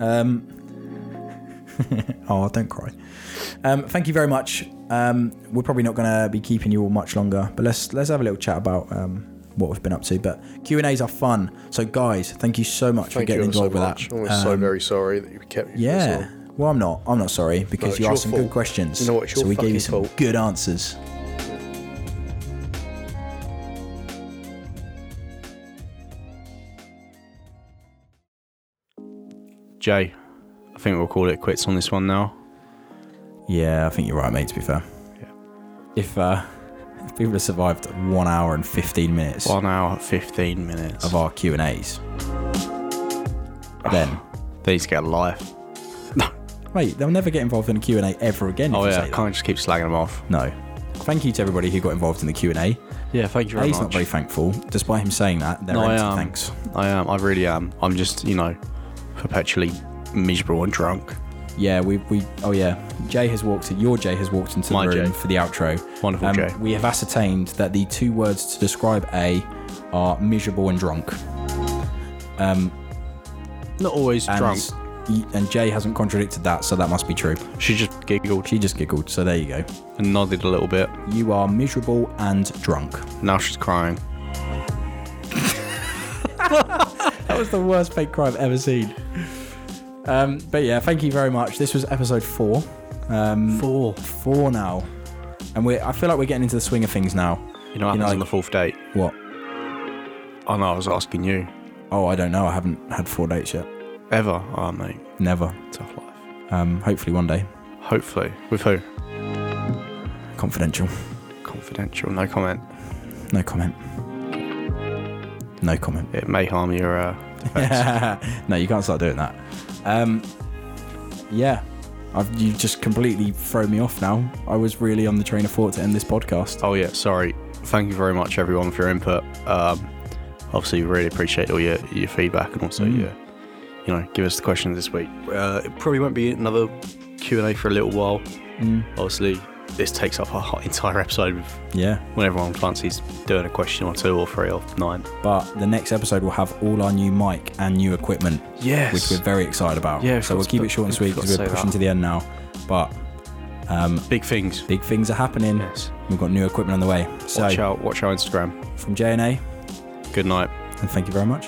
[SPEAKER 1] Um, [LAUGHS] oh, don't cry. Um, thank you very much. Um, we're probably not going to be keeping you all much longer, but let's let's have a little chat about um, what we've been up to. But Q and A's are fun, so guys, thank you so much for
[SPEAKER 2] Thank you
[SPEAKER 1] getting
[SPEAKER 2] ever so
[SPEAKER 1] involved with
[SPEAKER 2] much.
[SPEAKER 1] that. Um,
[SPEAKER 2] I'm so very sorry that you kept you
[SPEAKER 1] Yeah. Well, I'm not. I'm not sorry because
[SPEAKER 2] it's
[SPEAKER 1] you
[SPEAKER 2] your
[SPEAKER 1] asked some good
[SPEAKER 2] fault.
[SPEAKER 1] questions.
[SPEAKER 2] You know what, it's
[SPEAKER 1] so
[SPEAKER 2] your
[SPEAKER 1] we gave you
[SPEAKER 2] fucking
[SPEAKER 1] some
[SPEAKER 2] fault.
[SPEAKER 1] good answers.
[SPEAKER 2] Jay, I think we'll call it quits on this one now.
[SPEAKER 1] Yeah, I think you're right, mate. To be fair,
[SPEAKER 2] Yeah.
[SPEAKER 1] if uh, if people have survived one hour and fifteen minutes
[SPEAKER 2] One hour, 15 minutes.
[SPEAKER 1] of our Q and A's, then
[SPEAKER 2] They need to get a life. [LAUGHS]
[SPEAKER 1] mate, they'll never get involved in a Q and A ever again. If
[SPEAKER 2] Oh,
[SPEAKER 1] you
[SPEAKER 2] yeah.
[SPEAKER 1] say that.
[SPEAKER 2] Can't just keep slagging them off.
[SPEAKER 1] no. Thank you to everybody who got involved in the Q and A.
[SPEAKER 2] Yeah, thank you very
[SPEAKER 1] He's
[SPEAKER 2] much.
[SPEAKER 1] not very thankful, despite him saying that. They're
[SPEAKER 2] no, I
[SPEAKER 1] empty
[SPEAKER 2] am.
[SPEAKER 1] thanks.
[SPEAKER 2] I am. I really am. I'm just, you know, perpetually miserable and drunk.
[SPEAKER 1] Yeah, we, we oh yeah. Jay has walked your Jay has walked into the
[SPEAKER 2] My
[SPEAKER 1] room
[SPEAKER 2] Jay.
[SPEAKER 1] for the outro. Um,
[SPEAKER 2] Wonderful Jay.
[SPEAKER 1] We have ascertained that the two words to describe A are miserable and drunk.
[SPEAKER 2] Not always
[SPEAKER 1] And,
[SPEAKER 2] drunk.
[SPEAKER 1] And Jay hasn't contradicted that, so that must be true.
[SPEAKER 2] She just giggled
[SPEAKER 1] She just giggled, so there you go.
[SPEAKER 2] and nodded a little bit.
[SPEAKER 1] You are miserable and drunk.
[SPEAKER 2] Now she's crying.
[SPEAKER 1] That was the worst fake cry I've ever seen. Um, but yeah, thank you very much. This was episode four. Um, four. Four now. And we are I feel like we're getting into the swing of things now.
[SPEAKER 2] You know what happens
[SPEAKER 1] know,
[SPEAKER 2] on the fourth date?
[SPEAKER 1] What?
[SPEAKER 2] Oh, no, I was asking you.
[SPEAKER 1] Oh, I don't know. I haven't had four dates yet.
[SPEAKER 2] Ever? Oh, mate.
[SPEAKER 1] Never.
[SPEAKER 2] Tough life.
[SPEAKER 1] Um, hopefully one day.
[SPEAKER 2] Hopefully. With who?
[SPEAKER 1] Confidential.
[SPEAKER 2] Confidential. No comment.
[SPEAKER 1] No comment. No comment.
[SPEAKER 2] It may harm your. [LAUGHS] Uh, [LAUGHS]
[SPEAKER 1] no, you can't start doing that. Um, yeah, I've, you've just completely thrown me off now. I was really on the train of thought to end this podcast.
[SPEAKER 2] oh, yeah. Sorry. Thank you very much, everyone, for your input. Um, obviously, we really appreciate all your, your feedback and also your, you know, give us the questions this week. Mm. Uh, it probably won't be another Q&A for a little while. Mm. Obviously, this takes up our [LAUGHS] entire episode of
[SPEAKER 1] Yeah,
[SPEAKER 2] when everyone fancies doing a question or two or three or nine.
[SPEAKER 1] but the next episode will have all our new mic and new equipment,
[SPEAKER 2] Yes.
[SPEAKER 1] which we're very excited about.
[SPEAKER 2] Yeah, I
[SPEAKER 1] so we'll
[SPEAKER 2] forgot
[SPEAKER 1] keep
[SPEAKER 2] to-
[SPEAKER 1] it short and
[SPEAKER 2] I
[SPEAKER 1] sweet
[SPEAKER 2] forgot
[SPEAKER 1] because
[SPEAKER 2] to
[SPEAKER 1] we're
[SPEAKER 2] say
[SPEAKER 1] pushing
[SPEAKER 2] that.
[SPEAKER 1] to the end now. But
[SPEAKER 2] Big things.
[SPEAKER 1] big things are happening.
[SPEAKER 2] Yes.
[SPEAKER 1] We've got new equipment on the way. So
[SPEAKER 2] Watch out. Watch our Instagram.
[SPEAKER 1] from J and A,
[SPEAKER 2] Good night.
[SPEAKER 1] and thank you very much.